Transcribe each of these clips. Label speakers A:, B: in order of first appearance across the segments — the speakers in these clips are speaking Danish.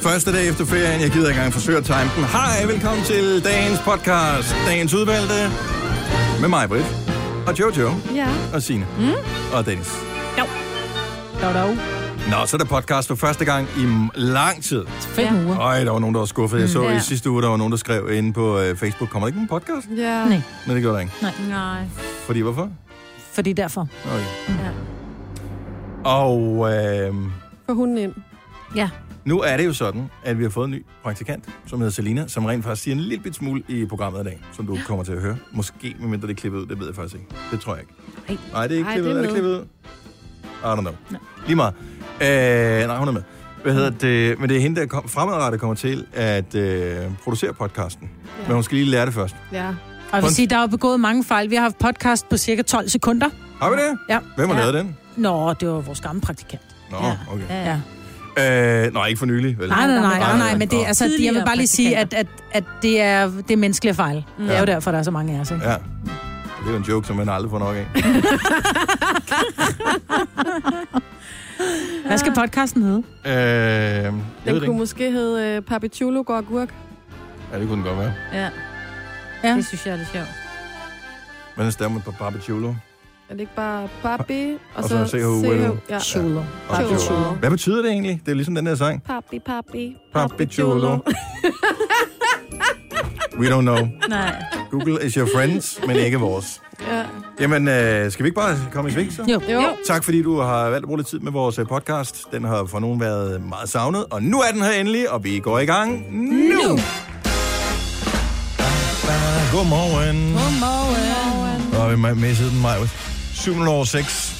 A: Første dag efter ferien, jeg gider ikke engang forsøge at time den. Hej, velkommen til dagens podcast, dagens udvalgte, med mig, Britt, og Jojo,
B: Ja.
A: og Signe,
B: Mm.
A: og Dennis.
B: Jo. Dog, dog.
A: Nå, så er der podcast for første gang i m- lang tid.
B: Fem ja. uger.
A: Ej, der var nogen, der var skuffet. Jeg så i
B: Mm. Ja.
A: sidste uge, der var nogen, der skrev inde på øh, Facebook, kommer der ikke en podcast?
B: Ja. Nej.
A: Nej, det gjorde der ikke.
B: Nej. Nej.
A: Fordi hvorfor?
B: Fordi derfor.
A: Okay.
B: Ja.
A: Og øh,
C: Få hunden ind.
B: Ja.
A: nu er det jo sådan, at vi har fået en ny praktikant, som hedder Selina, som rent faktisk siger en lille bit smule i programmet i dag, som du kommer til at høre. Måske, medmindre det er klippet ud, det ved jeg faktisk ikke. Det tror jeg ikke.
B: Nej.
A: Nej, det er ikke
C: Ej,
A: klippet ud.
C: det
A: Er
C: er
A: det
C: med.
A: klippet ud? I don't know. Nej. Lige meget. Øh, nej, hun er med. Hvad hedder det? Men det er hende, der kom, fremadrettet kommer til at øh, producere podcasten. Ja. Men hun skal lige lære det først.
C: Ja.
B: Og jeg vil
A: Kun-
B: sige, der er jo begået mange fejl. Vi har haft podcast på cirka 12 sekunder.
A: Har vi det?
B: Ja.
A: Hvem har
B: ja.
A: ja. lavet den?
B: Nå, det var vores gamle praktikant.
A: Nå,
B: Ja.
A: okay.
B: Ja. ja.
A: Øh, nej, ikke for nylig, vel?
B: Nej, nej, nej, nej, nej, men det,
A: Nå.
B: altså, jeg vil bare lige sige, at, at, at det, er, det er menneskelige fejl. Mm. Det er jo derfor, der er så mange af os, ikke?
A: Ja. Det er jo en joke, som man aldrig får nok af. Øh,
B: Hvad skal podcasten hedde?
A: Øh, jeg ved
C: Den
A: det
C: kunne
A: ikke.
C: måske hedde øh, Papi Chulo går agurk.
A: Ja, det kunne den godt være.
D: Ja.
B: Ja.
D: ja. Det synes jeg er lidt sjovt.
A: Men den stemmer på Papa Chulo.
C: Er det ikke bare Papi?
A: Og så CHULO.
C: Ja.
B: Shulo.
A: Og
C: Chulo.
A: Chulo. Hvad betyder det egentlig? Det er ligesom den der sang.
C: Papi, papi.
A: Papi Chulo. We don't know.
D: Nej.
A: Google is your friends, men ikke vores.
C: Ja.
A: Jamen, øh, skal vi ikke bare komme i sving så?
B: Jo.
C: Jo.
B: jo.
A: Tak fordi du har valgt at bruge lidt tid med vores øh, podcast. Den har for nogen været meget savnet, og nu er den her endelig, og vi går i gang nu! nu. Godmorgen.
B: Godmorgen.
A: Og vi har misset den maj. 7 over 6.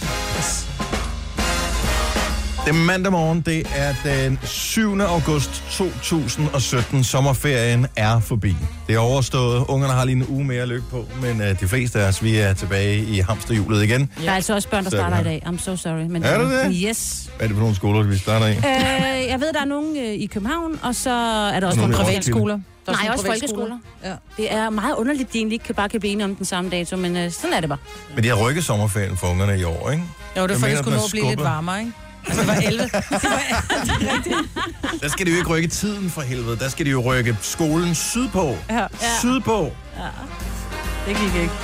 A: Det er mandag morgen, det er den 7. august 2017. Sommerferien er forbi. Det er overstået. Ungerne har lige en uge mere at lykke på, men øh, de fleste af os, vi er tilbage i hamsterhjulet igen.
D: Der er altså også børn, der
A: Sådan
D: starter i
A: her.
D: dag. I'm so sorry. Men
A: Er der det?
D: Yes.
A: Hvad er det for nogle skoler, vi starter i?
D: Øh, jeg ved, der er nogen øh, i København, og så er der også
A: Nogle
D: nogle
A: i
D: privatskoler.
B: Der er
D: Nej,
B: sådan
D: også
B: privatskoler.
D: folkeskoler.
B: Ja.
D: Det er meget underligt, at de egentlig ikke kan- bare kan blive enige om den samme dato, men øh, sådan er det bare.
A: Men de har rykket sommerferien for ungerne i år, ikke?
B: Jo, det
A: Jeg
B: er for,
A: mener,
B: det skulle
A: den er
B: nå at blive lidt
A: skubbet.
B: varmere, ikke? Altså, det var 11. Det var,
A: Der skal de jo ikke rykke tiden for helvede. Der skal de jo rykke skolen sydpå.
B: ja.
A: Sydpå.
B: Det gik ikke.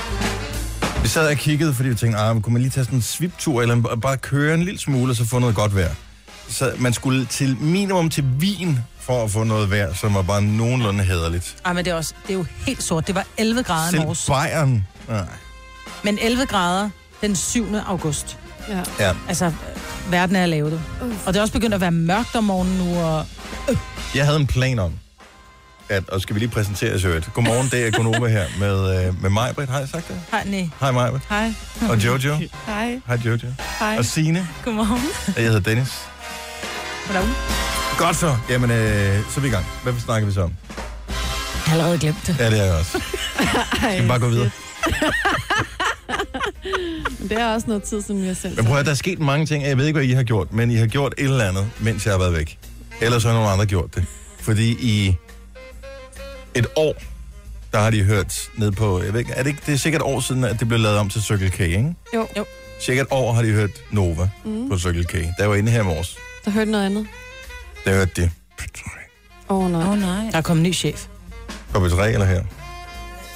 A: Vi sad og kiggede, fordi vi tænkte, ah, men kunne man lige tage sådan en sviptur, eller b- bare køre en lille smule, og så få noget godt vejr. Så man skulle til minimum til Wien for at få noget vejr, som var bare nogenlunde hederligt.
B: Ej, men det er, også, det er jo helt sort. Det var 11 grader i
A: Selv
B: morges.
A: Bayern. Nej.
B: Men 11 grader den 7. august.
C: Ja.
A: Ja.
B: Altså, øh, verden er lavet. Uh. Og det er også begyndt at være mørkt om morgenen nu, og
A: Jeg havde en plan om, at, og skal vi lige præsentere os i øvrigt. Godmorgen, det er Konoba her med, øh, med mig, Britt. Har jeg sagt det?
B: Hej, nej.
A: Hej, mig,
B: Hej.
A: Og Jojo.
C: Hej.
A: Hej, Jojo.
C: Hej.
A: Og Signe.
B: Godmorgen.
A: Og jeg hedder Dennis.
B: Goddag.
A: Godt så. Jamen, øh, så er vi i gang. Hvad snakker vi så om?
B: Jeg har allerede glemt det.
A: Ja, det er jeg også. Skal vi bare gå videre?
C: Men det er også noget tid, som vi har sendt.
A: Men prøv at høre, der er sket mange ting, og jeg ved ikke, hvad I har gjort, men I har gjort et eller andet, mens jeg har været væk. Ellers har nogle andre gjort det. Fordi i et år, der har de hørt ned på, jeg ved ikke, er det, ikke, det er sikkert et år siden, at det blev lavet om til Circle K, ikke?
C: Jo.
B: Jo.
A: Cirka et år har de hørt Nova
C: Mm.
A: på Circle K. Der var inde her i morges,
C: Der hørte noget andet.
A: der hørte de
C: Åh, oh, nej.
D: Åh oh, nej.
B: Der er kommet en ny chef.
A: på P3 eller her.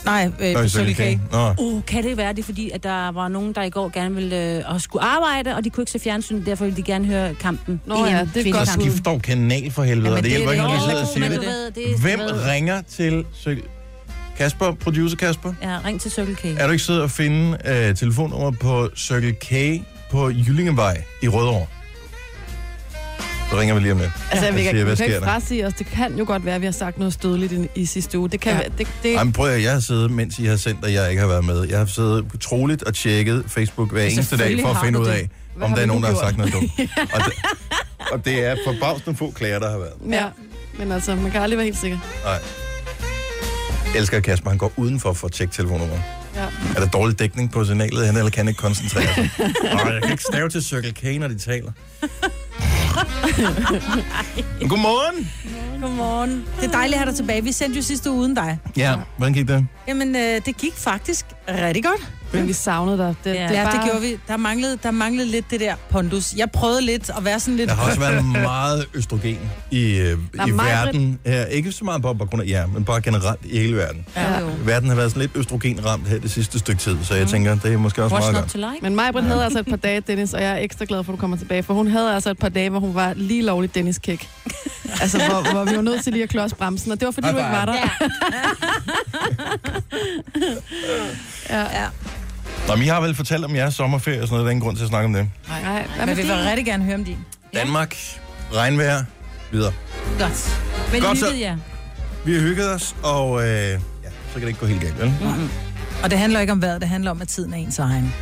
B: Nej, øh,
A: Nå, i
B: på Circle K.
A: Nå,
D: Uh, kan det være det, er fordi at der var nogen, der i går gerne ville øh, og skulle arbejde, og de kunne ikke se fjernsyn, derfor ville de gerne høre kampen.
C: Nå ja, det er
D: EM,
C: et godt
A: så
D: kvindekampen.
C: bud.
A: skift dog kanal for helvede,
B: Jamen,
A: og det
B: det
A: hjælper
B: er
A: ikke,
B: det
A: når du
B: jo.
A: sidder og
B: Jo,
A: siger
B: men
A: det.
B: du
D: ved, det er-
A: Hvem
D: du ved-
A: ringer til Circle... Kasper, producer Kasper?
D: Ja, ring til Circle K.
A: Er du ikke sød at finde øh, telefonnummer på Circle K på Jyllingevej i Rødovre? Så ringer vi lige om lidt.
C: Altså,
A: Jeg
C: vi kan,
A: siger,
C: vi
A: hvad
C: kan
A: sker
C: ikke
A: der?
C: frasige os. Det kan jo godt være, at vi har sagt noget stødeligt i, i sidste uge. Det kan
B: Ja.
C: ja. være, det, det,
A: Jamen prøv at høre, jeg har siddet, mens I har sendt, og jeg ikke har været med. Jeg har siddet troligt og tjekket Facebook hver eneste dag
B: selvfølgelig
A: for at
B: har
A: finde
B: du
A: ud
B: det.
A: af,
C: Hvad
A: om
C: har
A: der er
C: vi nu
A: nogen, der har
C: gjort?
A: sagt noget dumt. Og det, og det er forbavsende få klager, der har været.
C: ja. Men altså, man kan aldrig være helt sikker.
A: Nej. Jeg elsker at Kasper, han går udenfor for at tjekke telefonnummer.
C: Ja.
A: Er der dårlig dækning på signalet, han eller kan han ikke koncentrere sig? Nej, jeg kan ikke stave til Circle K, når de taler. Men Godmorgen!
B: Godmorgen. Det er dejligt at have dig tilbage. Vi sendte jo sidste uge uden dig.
A: Ja, hvordan gik det?
B: Jamen, øh, det gik faktisk rigtig godt.
C: Men vi savnede dig. Det,
D: Ja.
C: det,
B: Ja,
C: er bare...
B: det gjorde vi. Der manglede, der manglede lidt det der pondus. Jeg prøvede lidt at være sådan lidt...
A: Der har også været meget østrogen i, øh,
D: Der er
A: i
D: meget-
A: verden. Ja, ikke så meget på på grund af jer, men bare generelt i hele verden.
D: Ja. Jo.
A: Verden har været sådan lidt østrogenramt her det sidste stykke tid, så jeg tænker, det er måske også
D: Mm. What's
A: meget
D: not
A: godt.
D: to like?
C: Men Majbrit havde altså et par dage, Dennis, og jeg er ekstra glad for, at du kommer tilbage, for hun havde altså et par dage, hvor hun var lige lovlig Dennis Kæk. altså, hvor, hvor, vi var nødt til lige at klodse bremsen, og det var, fordi
A: High
C: du ikke var der.
D: Ja.
C: Ja.
A: Nå, men I har vel fortalt om jeres sommerferie og sådan noget, der er ingen grund til at snakke om det.
C: Nej, hvad med
B: Men vi vil
C: din?
B: rigtig gerne høre om din.
A: Danmark, regnvejr, videre.
B: Godt.
D: Men
A: Godt så.
D: hyggede jeg.
A: Vi har hygget os, og øh, ja, så kan det ikke gå helt galt, vel?
B: Og det handler ikke om vejret, det handler om, at tiden er ens egen.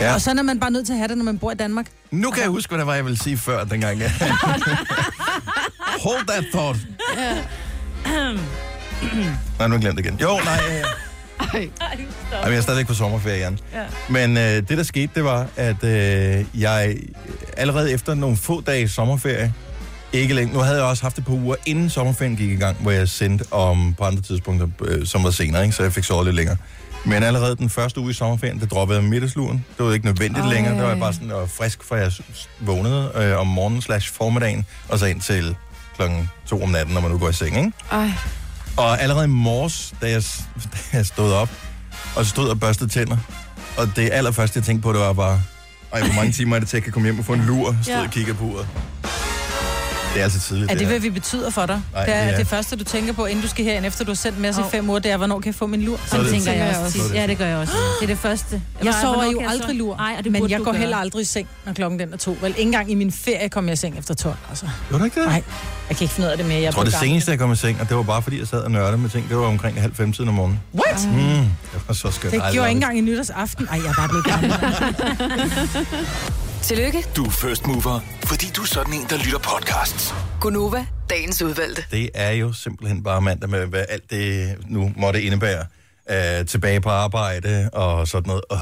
A: Ja.
B: Og sådan er man bare nødt til at have det, når man bor i Danmark.
A: Nu kan jeg huske, hvad der var, jeg ville sige før dengang. Hold that thought. nej, nu har jeg glemt det igen. Jo, nej, øh,
C: Ej,
A: Ej, men jeg er stadigvæk på sommerferie, Jan. Ja. Men øh, det, der skete, det var, at øh, jeg allerede efter nogle få dage sommerferie, ikke længe, nu havde jeg også haft et par uger, inden sommerferien gik i gang, hvor jeg sendte om på andre tidspunkter, øh, som var senere, ikke? så jeg fik sovet lidt længere. Men allerede den første uge i sommerferien, der droppede jeg middagsluren. Det var ikke nødvendigt Ej.
C: Ej.
A: længere. Der var jeg bare sådan jeg var frisk, for jeg s- s- vågnede øh, om morgenen slash formiddagen, og så ind til klokken to om natten, når man nu går i seng, ikke?
C: ej.
A: Og allerede i morges, da jeg, s- da jeg stod op, og stod og børstede tænder, og det allerførste, jeg tænkte på, det var bare, ej, hvor mange timer er det til, at jeg kan komme hjem og få en lur, stod
C: Ja.
A: og kigge på uret. Det er altså tidligt,
B: Er det,
A: her.
B: hvad vi betyder for dig?
A: Nej,
B: det, er,
A: det er-
B: det første, du tænker på, inden du skal herind, efter du har sendt med os i
D: Åh.
B: fem uger, det er, hvornår kan jeg få min lur?
A: er
D: Sådan
A: det.
D: tænker
C: Tænker
D: jeg
C: jeg
D: også
A: Så er
D: tit.
A: det.
D: Ja, det gør jeg også. Det er det første.
B: Jeg
D: Bare,
B: sover
D: hvornår
B: jo
D: kan jeg
B: aldrig
D: så-
B: lur,
D: Nej, og det
B: men
D: burde
B: jeg
D: du
B: går
D: gøre.
B: heller aldrig i seng, når klokken den er to. Vel, ikke engang i min ferie kom jeg i seng efter 12. Altså.
A: Ved du ikke det?
B: Nej, Jeg kan ikke finde ud af det mere. Jeg
A: Jeg tror, det
B: gammel.
A: seneste, jeg kom i seng, og det var bare, fordi jeg sad og nørdede med ting, det var omkring halv femtiden om morgenen.
B: What?
A: Mm, det var så skønt.
B: Det
A: Ej,
B: gjorde jeg
A: var
B: ikke engang i nytårsaften. Ej, jeg er bare blevet gammel.
E: Tillykke,
F: Du er first mover, fordi du er sådan en, der lytter podcasts.
E: Gunova, dagens udvalgte.
A: Det er jo simpelthen bare mandag med, hvad alt det nu måtte indebære. Øh, tilbage på arbejde og sådan noget. Åh,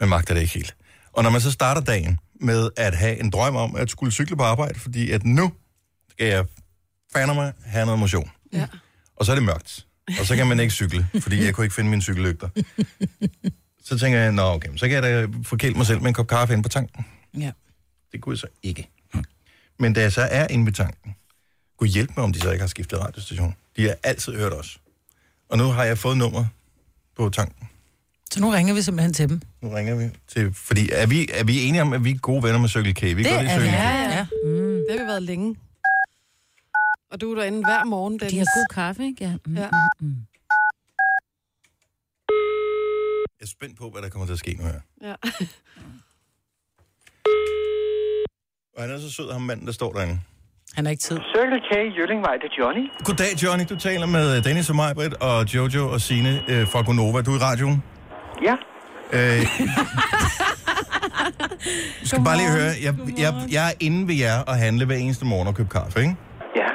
A: man magter det ikke helt. Og når man så starter dagen med at have en drøm om at skulle cykle på arbejde, fordi at nu skal jeg fandme mig have noget motion.
C: Ja.
A: Og så er det mørkt. Og så kan man ikke cykle, fordi jeg kunne ikke finde mine cykellygter. Så tænker jeg, nå okay, men så kan jeg da forkæle mig selv med en kop kaffe ind på tanken.
B: Ja.
A: Det kunne jeg så ikke. Men da jeg så er inde ved tanken, kunne hjælpe mig, om de så ikke har skiftet radiostation. De har altid hørt os. Og nu har jeg fået nummer på tanken.
B: Så nu ringer vi simpelthen til dem.
A: Nu ringer vi til... Fordi er vi, er vi enige om, at vi er gode venner med Circle K? Vi det
B: er vi.
A: Circle K.
C: Ja, ja. Det har vi været længe. Og du er derinde hver morgen, Dennis.
D: De har god kaffe, ikke? Ja. Mm.
C: Ja.
A: Jeg er spændt på, hvad der kommer til at ske nu her.
C: Ja.
A: Og han er så sød, ham manden, der står derinde.
B: Han har ikke tid.
G: Circle K Jøllingvej, det er Johnny.
A: Goddag, Johnny. Du taler med øh, Dennis og mig, Britt, og Jojo og Sine øh, fra Gonova. Du er i radioen.
G: Ja,
A: Øh, du skal bare lige høre, jeg, jeg, jeg er inde ved jer og handle hver eneste morgen og købe kaffe, ikke?
G: ja,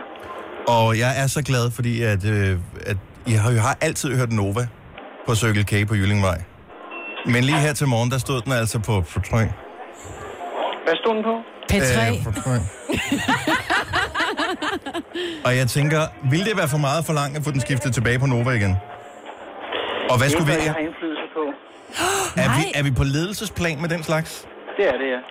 A: Og jeg er så glad, fordi at, øh, at I har, jeg har altid hørt Nova på Circle K på Jyllingvej. Men lige her til morgen, der stod den altså på på tre.
G: hvad stod den på?
B: P3.
A: Øh, på tre. og jeg tænker, ville det være for meget for langt at få den skiftet tilbage på Nova igen? Og hvad
G: Det
A: skulle vi...
G: er, jeg har indflydelse på.
A: Er vi, er vi på ledelsesplan med den slags?
G: Det er det, ja.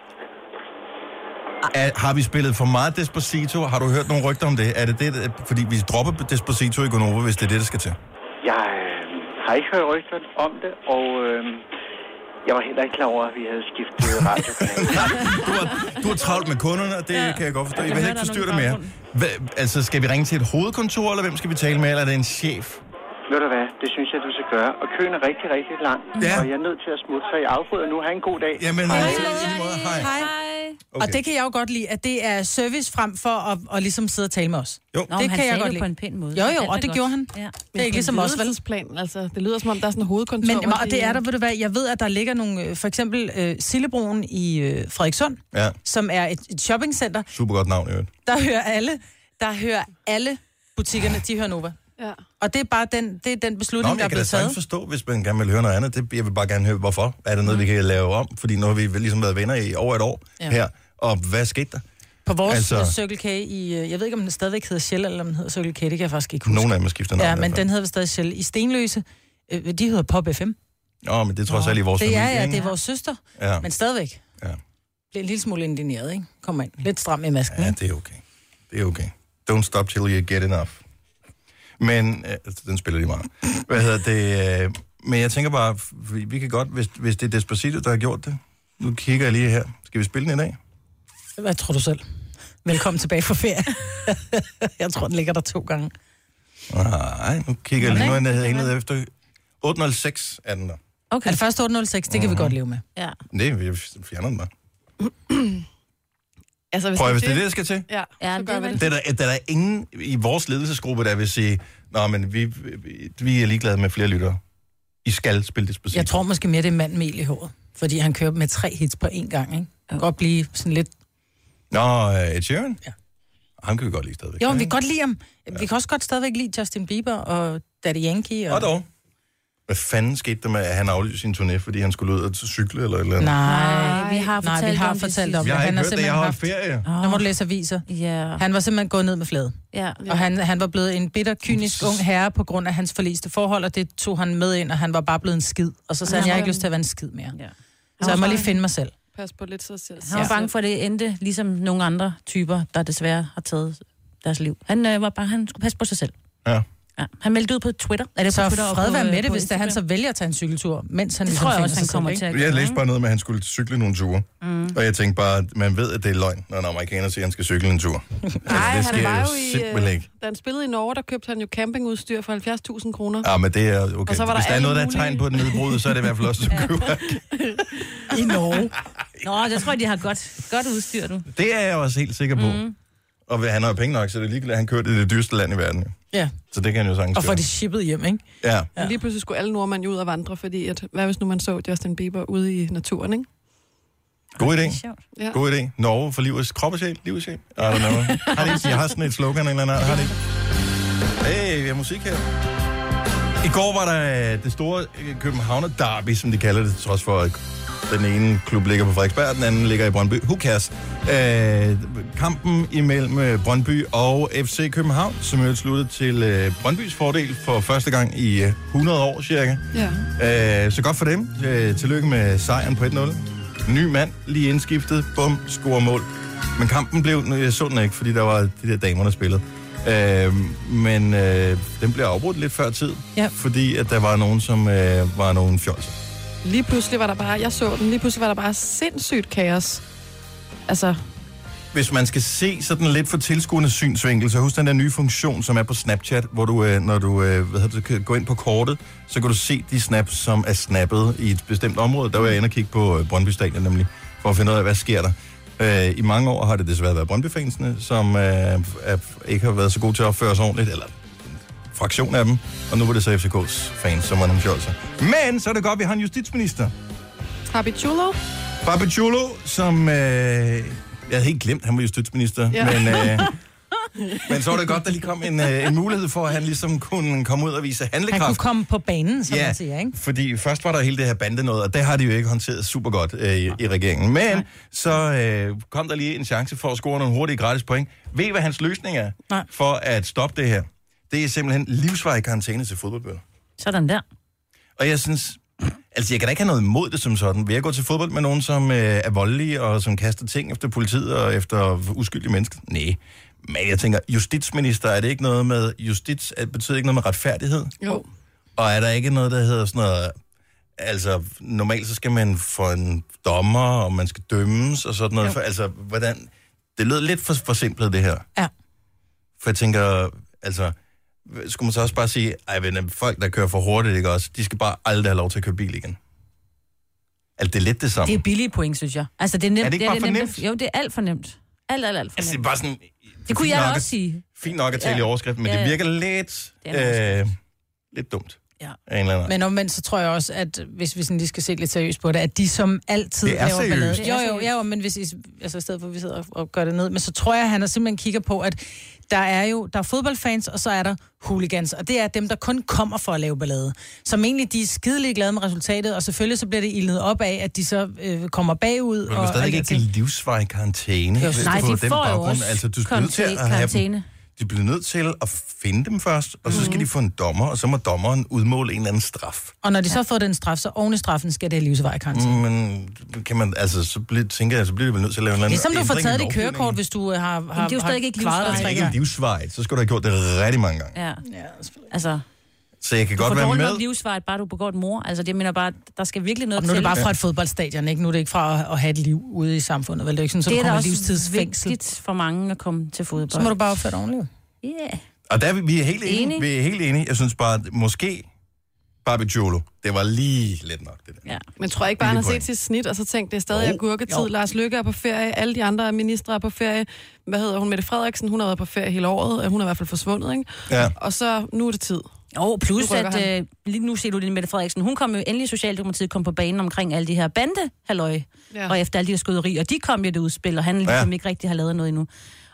A: Er, har vi spillet for meget Despacito? Har du hørt nogle rygter om det? Er det det, der- fordi vi dropper Despacito i Gonova, hvis det er det, der skal til?
G: Jeg øh, har ikke hørt rygter om det, og øh, jeg var heller ikke klar over, at vi havde skiftet radiokanal.
A: Du har, du har travlt med kunderne, og det ja. kan jeg godt forstå. Jeg vil heller ikke forstyrre dig mere. Hva, altså, skal vi ringe til et hovedkontor, eller hvem skal vi tale med, eller er det en chef?
G: Ved du hvad, det synes jeg, du skal gøre. Og køen er rigtig, rigtig lang,
A: Ja.
G: og jeg er nødt til at smutte, så jeg afbryder nu. Ha' en god dag.
A: Jamen,
B: øh,
A: hej. hej. hej.
B: Okay. Og det kan jeg jo godt lide, at det er service frem for at, at ligesom sidde og tale med os.
A: Jo.
D: Nå,
B: Det
D: det
B: kan
D: kan
B: jeg
D: sagde
B: godt
D: godt det
B: lide.
D: på en pæn måde.
B: Jo, jo,
D: Han
B: og
D: da
B: det
D: godt.
B: gjorde han.
D: Ja.
B: Det er ikke ligesom os, vel?
C: Ledelsesplan, altså, det lyder som om, der er sådan en hovedkontor.
B: Men, og det er der, ved du hvad, jeg ved, at der ligger nogle, øh, for eksempel øh, Sillebroen i øh, Frederikssund,
A: Ja,
B: som er et, et shoppingcenter,
A: super godt navn, i øvrigt.
B: der hører alle, der hører alle butikkerne, de hører Nova.
C: Ja.
B: Og det er bare den, det er den
A: Nå,
B: beslutning,
A: men
B: der
A: jeg
B: er
A: kan da
B: blevet
A: sagtens
B: taget.
A: forstå, hvis man gerne vil høre noget andet. Det, jeg vil bare gerne høre, hvorfor. Er det noget, vi kan lave om? Fordi nu har vi ligesom været venner i over et år ja.
B: Ja.
A: her. Og hvad skete der?
B: På vores
A: Altså-
B: altså... Circle K i, øh, jeg ved ikke, om den stadigvæk hedder Shell, eller om den hedder Circle K, det kan jeg faktisk ikke huske.
A: Nogle af dem har skiftet navn. i
B: ja,
A: hvert
B: men
A: fald.
B: den hedder stadig Shell. I Stenløse, øh, de hedder Pop FM.
A: Nå, men det er trods alt i vores
B: det er,
A: familie,
B: ja,
A: ikke?
B: det er vores søster.
A: Ja.
B: Men stadigvæk.
A: Ja.
B: Bliver en lille smule indigneret, ikke? Kom ind. Lidt stram i masken,
A: Ja,
B: ikke?
A: det er okay. Det er okay. Don't stop till you get enough. Men, øh, altså, den spiller de meget. Hvad hedder det? Øh, men jeg tænker bare, vi, vi kan godt, hvis, hvis det er Despacito, der har gjort det. Nu kigger jeg lige her. Skal vi spille den i dag?
B: Hvad tror du selv? Velkommen tilbage fra ferie. jeg tror, den ligger der to gange.
A: Nej, nu kigger jeg lige. Nu er den hænget efter. 806 er den der.
B: Okay. Er
D: Altså,
B: det først 806? Det kan
A: Mhm.
B: vi godt leve med.
D: Ja.
A: Nej, vi fjerner den bare.
C: Altså, hvis
A: Prøv at hvis det er det, der skal til.
C: Ja,
D: Ja,
C: ja så
D: det
C: gør
D: er
C: vi det.
D: vel-
A: Det er der, der er ingen i vores ledelsesgruppe, der vil sige, Nå, men vi, vi- vi er ligeglade med flere lyttere. I skal spille Despacito.
B: Jeg tror måske mere, det er mand med el i håret. Fordi han kører med tre hits på én gang, ikke? Kan godt blive sådan lidt...
A: Nå, øh, Ed Sheeran?
B: Ja.
A: Ham kan vi godt lide stadigvæk.
B: Jo,
A: ikke?
B: men vi kan godt lide ham. Vi kan også godt stadigvæk lide Justin Bieber og Daddy Yankee. Og...
A: Og dog. Hvad fanden skete der med, at han aflyste sin turné, fordi han skulle ud og cykle eller et eller andet?
B: Nej,
D: vi har
B: nej, vi
D: fortalt
B: har
D: om det
B: fortalt
D: sidste.
B: om det.
A: jeg har
B: Han
A: ikke
B: har
A: hørt det, jeg
B: simpelthen
A: har
B: haft...
A: haft ferie.
B: Nu må du læse aviser.
D: Ja.
B: Han var simpelthen gået ned med flade.
D: ja.
B: Og han, han var blevet en bitter, kynisk ung herre på grund af hans forliste forhold, og det tog han med ind, og han var bare blevet en skid. Og så sagde han, jeg har ikke lyst til at være en skid mere.
D: Ja.
B: Så jeg må lige finde mig selv.
C: Pas på lidt så selv.
D: Han var bange for, at det endte ligesom nogle andre typer, der desværre har taget deres liv. Han øh, var bare, han skulle passe på sig selv.
A: Ja.
D: Ja. Han meldte ud på Twitter. Er det
B: Så
D: på Twitter og
B: fred
D: på,
B: være
D: øh,
B: med det,
D: på
B: hvis det, er, han så
D: Instagram?
B: vælger at tage en cykeltur, mens han
D: Det
B: ligesom
D: tror jeg
B: finder
D: også,
B: sig
D: han
B: selv,
D: kommer
B: ikke?
D: til at
A: Jeg
D: gøre,
A: læste
D: ikke?
A: bare noget med, at han skulle cykle nogle ture. Mm. Og jeg tænkte bare, at man ved, at det er løgn, når en amerikaner siger, at han skal cykle en tur. Altså, det
C: Nej, han
A: sker
C: var
A: jo
C: jo i...
A: simpelthen
C: øh,
A: ikke.
C: Da han spillede i Norge, der købte han jo campingudstyr for 70.000 kroner.
A: Ja, men det er okay.
C: Og så var der
A: Hvis der er
C: alle
A: noget, der er
C: mulige-
A: tegn på et nedbrud, så er det i hvert fald også Cuba.
B: I Norge.
D: Nå, det tror jeg, de har godt, godt udstyr nu.
A: Det er jeg også helt sikker på. Mm. Og hvad- han har jo penge nok, så det er ligegyldigt, at han kørte i det dyreste land i verden. jo.
B: Ja,
A: Så det kan han jo sagtens
B: og får
A: gøre.
B: det shippet hjem, ikke?
A: Ja.
C: Ja. Lige pludselig skulle alle nordmænd jo ud og vandre, fordi at, hvad hvis nu man så Justin Bieber ude i naturen, ikke?
A: God idé.
C: Ja.
A: God idé. Norge for liv og krop og sjæl, liv og sjæl. I don't know. Har det ikke, jeg har sådan et slogan eller andet, har det ikke? Hey, vi har musik her. I går var der øh, det store øh, Københavner Derby, som de kalder det, til trods for, at den ene klub ligger på Frederiksberg, den anden ligger i Brøndby. Who cares? Øh, kampen imellem øh, Brøndby og FC København, som jo sluttede til øh, Brøndbys fordel for første gang i øh, 100 år cirka.
C: Ja.
A: Øh, så godt for dem. Øh, tillykke med sejren på 1-0. Ny mand, lige indskiftet. Bum, scorer mål. Men kampen blev... nu, Jeg så den ikke, fordi der var de der damer, der spillede. Øh, men øh, den blev afbrudt lidt før tid.
B: Ja.
A: Fordi at der var nogen, som øh, var nogen fjolser.
C: Lige pludselig var der bare, jeg så den, lige pludselig var der bare sindssygt kaos. Altså,
A: Hvis man skal se sådan lidt for tilskuende synsvinkel, så husk den der nye funktion, som er på Snapchat, hvor du, øh, når du øh, hvad hedder det, kan gå ind på kortet, så kan du se de snaps, som er snappet i et bestemt område. Der var jeg inde og kigge på øh, Brøndby Stadion nemlig, for at finde ud af, hvad sker der. Øh, I mange år har det desværre været Brøndby-fansene, som øh, er, ikke har været så gode til at opføre sig ordentligt, eller en fraktion af dem, og nu var det så FCK's fans, som var nogle fjolser. Men så er det godt, at vi har en justitsminister.
C: Habitulo?
A: Barbaciolo, som... Øh, jeg havde helt glemt, han var justitsminister. Ja.
C: Ja.
A: Men, øh, men så var det godt, der lige kom en, øh, en mulighed for, at han ligesom kunne komme ud og vise
B: Han
A: handlekraft.
B: kunne komme på banen, som
A: Ja,
B: man siger, ikke?
A: fordi først var der hele det her bande noget, og det har de jo ikke håndteret super godt øh, i, i regeringen. Men Nej. så øh, kom der lige en chance for at score nogle hurtige gratis point. Ved I, hvad hans løsning er
B: Nej.
A: for at stoppe det her? Det er simpelthen livsvarig karantæne til fodboldbøger.
D: Sådan der.
A: Og jeg synes, altså jeg kan da ikke have noget imod det som sådan. Vil jeg gå til fodbold med nogen, som øh, er voldelige og som kaster ting efter politiet og efter uskyldige mennesker? Nej. Men jeg tænker, justitsminister, er det ikke noget med justits? er- Betyder det ikke noget med retfærdighed?
C: Jo.
A: Og er der ikke noget, der hedder sådan noget... Altså, normalt så skal man få en dommer, og man skal dømmes og sådan noget. For, altså, hvordan... Det lød lidt for, for simpelt, det her.
B: Ja.
A: For jeg tænker, altså... Skulle man så også bare sige, ej, men øh, folk, der kører for hurtigt, ikke også, de skal bare aldrig have lov til at køre bil igen. Altså, det er lidt det samme.
D: Det er billige point, synes jeg. Altså, det er, nemt,
A: Er det ikke
D: det
A: bare for
D: nemt-
A: nemt?
D: Jo, det er alt for nemt. Alt, alt, alt for
A: altså, det er
D: nemt.
A: bare sådan...
D: Det kunne
A: fint
D: jeg
A: nok
D: da
A: at-
D: også sige.
A: Fint nok at tale
D: Ja.
A: i overskrift, men
D: Ja,
A: det
D: ja.
A: virker lidt...
D: Det er
A: øh, lidt dumt.
D: Ja.
A: Af en eller anden.
B: Men omvendt, så tror jeg også, at hvis vi sådan lige skal se lidt seriøst på det, at de som altid
A: Det er
B: laver
A: seriøst.
B: ballade.
A: Det
D: er
B: Jo, jo,
D: seriøst.
B: ja, jo, men hvis I, altså, i stedet for, at vi sidder og, og gør det ned. Men så tror jeg, at han er simpelthen kigger på, at der er jo der er fodboldfans, og så er der hooligans. Og det er dem, der kun kommer for at lave ballade. Som egentlig, de er skidelig glade med resultatet, og selvfølgelig så bliver det ildet op af, at de så øh, kommer
A: Men
B: bagud. og
A: man
B: alle
A: stadig
B: de
A: ikke
B: ting.
A: livsvarig karantæne.
B: Jo,
A: hvis
D: Nej,
A: du på
D: de
A: den
D: får jo
A: baggrund.
D: også
A: Altså, du skal nødt til at have dem.
D: karantæne. Mhm.
A: de bliver nødt til at finde dem først, og så skal de få en dommer, og så må dommeren udmåle en eller anden straf.
B: Og når de så får den straf, så oven i straffen skal det have livsvej, kanskje. Mm.
A: Men kan man, altså, så bliver, tænker jeg, så bliver det vel nødt til at lave en eller anden
B: Ligesom du får
A: ændring i
B: taget dit
A: lovgivningen.
B: kørekort, hvis du øh, har, har,
D: det er jo
B: har
D: stadig ikke
B: klaret
D: livsvarigt.
B: dig
A: Det er
B: tre
A: ikke en
B: gange.
A: livsvej, så skulle du have gjort det rigtig mange gange.
D: Ja,
B: Ja, selvfølgelig.
D: altså,
A: Så jeg kan
D: for
A: godt være
D: dårligt
A: med.
D: nok livsvaret, bare du begår et mor. Altså, det mener bare, der skal virkelig noget
B: Og nu er
D: til.
B: det bare fra et fodboldstadion, ikke? Nu er det ikke fra at, at have et liv ude i samfundet, vel? Det er jo ikke sådan, så
D: det
B: du
D: er da
B: kommer
D: også
B: livstidsfængsel.
D: vigtigt for mange at komme til fodbold.
B: Så må du bare opføre dig ordentligt.
D: Yeah.
A: Og der er vi, vi er helt enige.
D: Enig.
A: Vi er helt enige. Jeg synes bare, at måske Barbie Jolo, det var lige let nok, det der.
D: Ja.
C: Men tror jeg ikke bare, han
A: Lille
C: har
A: point.
C: set sit snit, og så tænkt, det er stadig
A: Jo.
C: agurketid.
A: Jo.
C: Lars Lykke er på ferie, alle de andre ministre er på ferie. Hvad hedder hun? Mette Frederiksen, hun har været på ferie hele året. Øh, Hun er i hvert fald forsvundet, ikke?
A: Ja.
C: Og så, nu er det tid.
D: Og plus,
C: Nu rykker
D: at
C: han.
D: øh, lige nu ser du lige Mette Frederiksen. Hun kom jo endelig, Socialdemokratiet kom på banen omkring alle de her bande
C: Ja.
D: ja. og efter alle de her skyderier. De kom jo det udspil, og han ligesom ikke rigtig har lavet noget endnu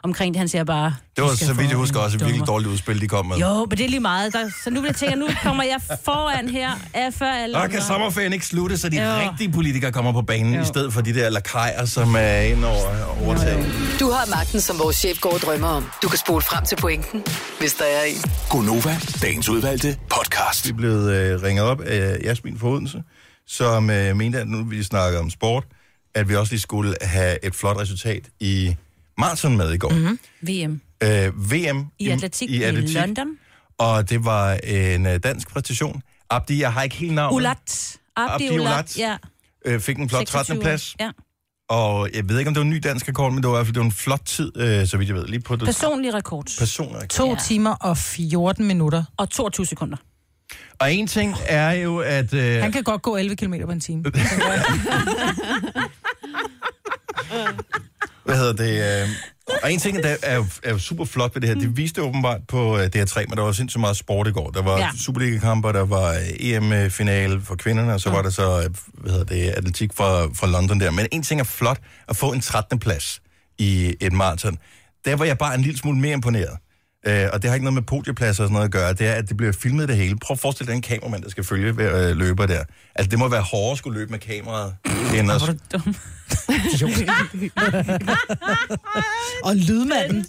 D: omkring det. Han siger bare...
A: Det var,
D: "Vi skal
A: så vidt jeg
D: få
A: husker,
D: en
A: også et
D: dommer."
A: virkelig dårligt udspil, de kom med.
D: Jo, men det er lige meget. Der, så nu vil jeg tænke, at nu kommer jeg foran her, af før alle
A: Og
D: andre.
A: kan sommerferien ikke slutte, så de
D: Jo.
A: rigtige politikere kommer på banen, i stedet for de der lakajer, som er ind over overtaget.
E: Du har magten, som vores chef går og drømmer om. Du kan spole frem til pointen, hvis der er en.
F: Gonova, dagens udvalgte podcast.
A: Vi er blevet øh, ringet op af Jasmin fra Odense, som øh, mente, at nu vi snakker om sport, at vi også lige skulle have et flot resultat i maraton med i går. Mm-hmm.
D: VM
A: Øh, VM
D: Mhm. i atletik i,
A: atletik,
D: London.
A: Og det var en øh, dansk præstation. Abdi, jeg har ikke helt navnet,
D: Ulat. Abdi,
A: Abdi
D: Abdi
A: Ulat.
D: Ulat. Ja.
A: øh, fik en flot 13.
D: 26.
A: plads.
D: Ja.
A: Og jeg ved ikke, om det var en ny dansk rekord, men det var i hvert fald det var en flot tid, øh, så vidt jeg ved. Lige på det
D: Personlig rekord.
A: personer.
B: To ja. timer og 14 minutter.
D: Og 22 sekunder.
A: Og en ting er jo, at... Øh,
B: Han kan godt gå 11 km på en time.
A: Hvad hedder det? Øh, og en ting, der er, er super flot ved det her,
B: Mm.
A: det viste åbenbart på øh, DR3, men der var sindssygt meget sport i går. Der var ja.
D: Ja.
A: Superliga-kamper, der var øh, EM-finale for kvinderne,
B: Mm.
A: og så var der så, øh, hvad hedder det, atletik fra, fra London der. Men en ting er flot, at få en 13. plads i et maraton. Der var jeg bare en lille smule mere imponeret. Øh, og det har ikke noget med podiepladser og sådan noget at gøre. Det er, at det bliver filmet det hele. Prøv at forestille dig en kameramand, der skal følge hver, øh, løber der. Altså, det må være hårdere at skulle løbe med kameraet, end at...
D: Dum.
B: og lydmanden.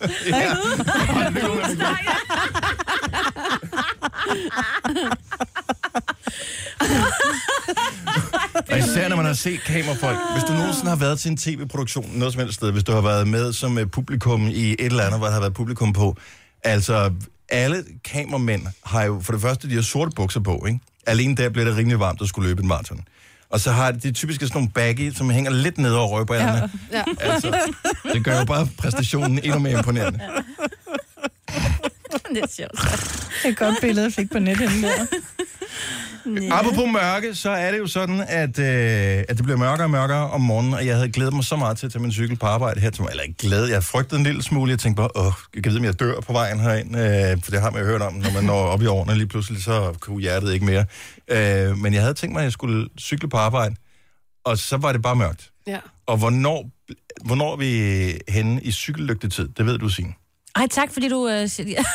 A: Og især når man har set kamerafolk. Hvis du nogensinde har været til en tv-produktion, noget som helst sted, hvis du har været med som øh, publikum i et eller andet, hvor der har været publikum på, altså alle kameramænd har jo, for det første, de har sorte bukser på, ikke? Alene der bliver det rimelig varmt at skulle løbe en maraton. Og så har de- de typisk sådan nogle baggy, som hænger lidt ned over røvballerne. Ja, ja. Altså, det gør jo bare præstationen endnu mere imponerende.
D: Det er sjovt.
B: Et godt billede, jeg fik på nettet. Der.
A: Apropos mørke, så er det jo sådan, at, øh, at det bliver mørkere og mørkere om morgenen, og jeg havde glædet mig så meget til at tage min cykel på arbejde her til morgen. Eller ikke glædet, jeg frygtede en lille smule. Jeg tænkte bare, åh, jeg kan vide, om jeg dør på vejen herind, øh, for det har man jo hørt om, når man når op i årene lige pludselig, så kunne hjertet ikke mere. Øh, men jeg havde tænkt mig, at jeg skulle cykle på arbejde, og så var det bare mørkt.
C: Ja.
A: Og hvornår, hvornår er vi henne i cykellygtetid? Det ved du, Signe.
D: Ej, tak fordi du... Øh, siger-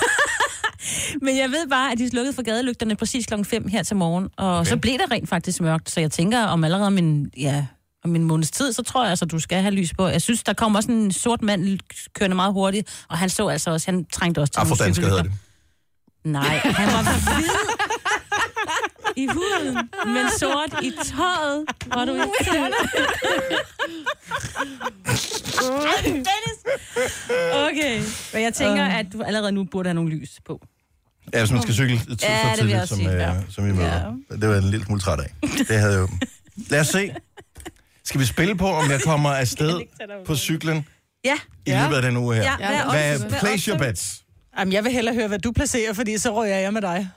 D: Men jeg ved bare, at de slukkede for gadelygterne præcis klokken 5 her til morgen, og okay. så blev det rent faktisk mørkt, så jeg tænker, om allerede om en, ja, om en måneds tid, så tror jeg altså, du skal have lys på. Jeg synes, der kom også en sort mand kørende meget hurtigt, og han så altså også, han trængte også til nogle
A: Afrodansker Ah, hedder det.
D: cykellygter. Nej, han var hvid i huden, men sort i tøjet. Var du ikke Ej, Dennis! Okay, men jeg tænker, at du allerede nu burde have nogle lys på.
A: Ja, hvis man skal cykle t-
D: Ja, det
A: så
D: vil
A: tidligt,
D: jeg
A: som,
D: sige,
A: øh,
D: ja.
A: som I møder. Ja. Det var jeg en lille smule træt af. Det havde jeg jo. Lad os se. Skal vi spille på, om jeg kommer afsted på cyklen
D: Ja,
A: i løbet af den uge her?
D: ja.
C: Ja,
D: Hvad,
A: Hvad,
D: hvad,
A: place your bets.
B: Jamen, jeg vil hellere høre, hvad du placerer, fordi så rører jeg med dig.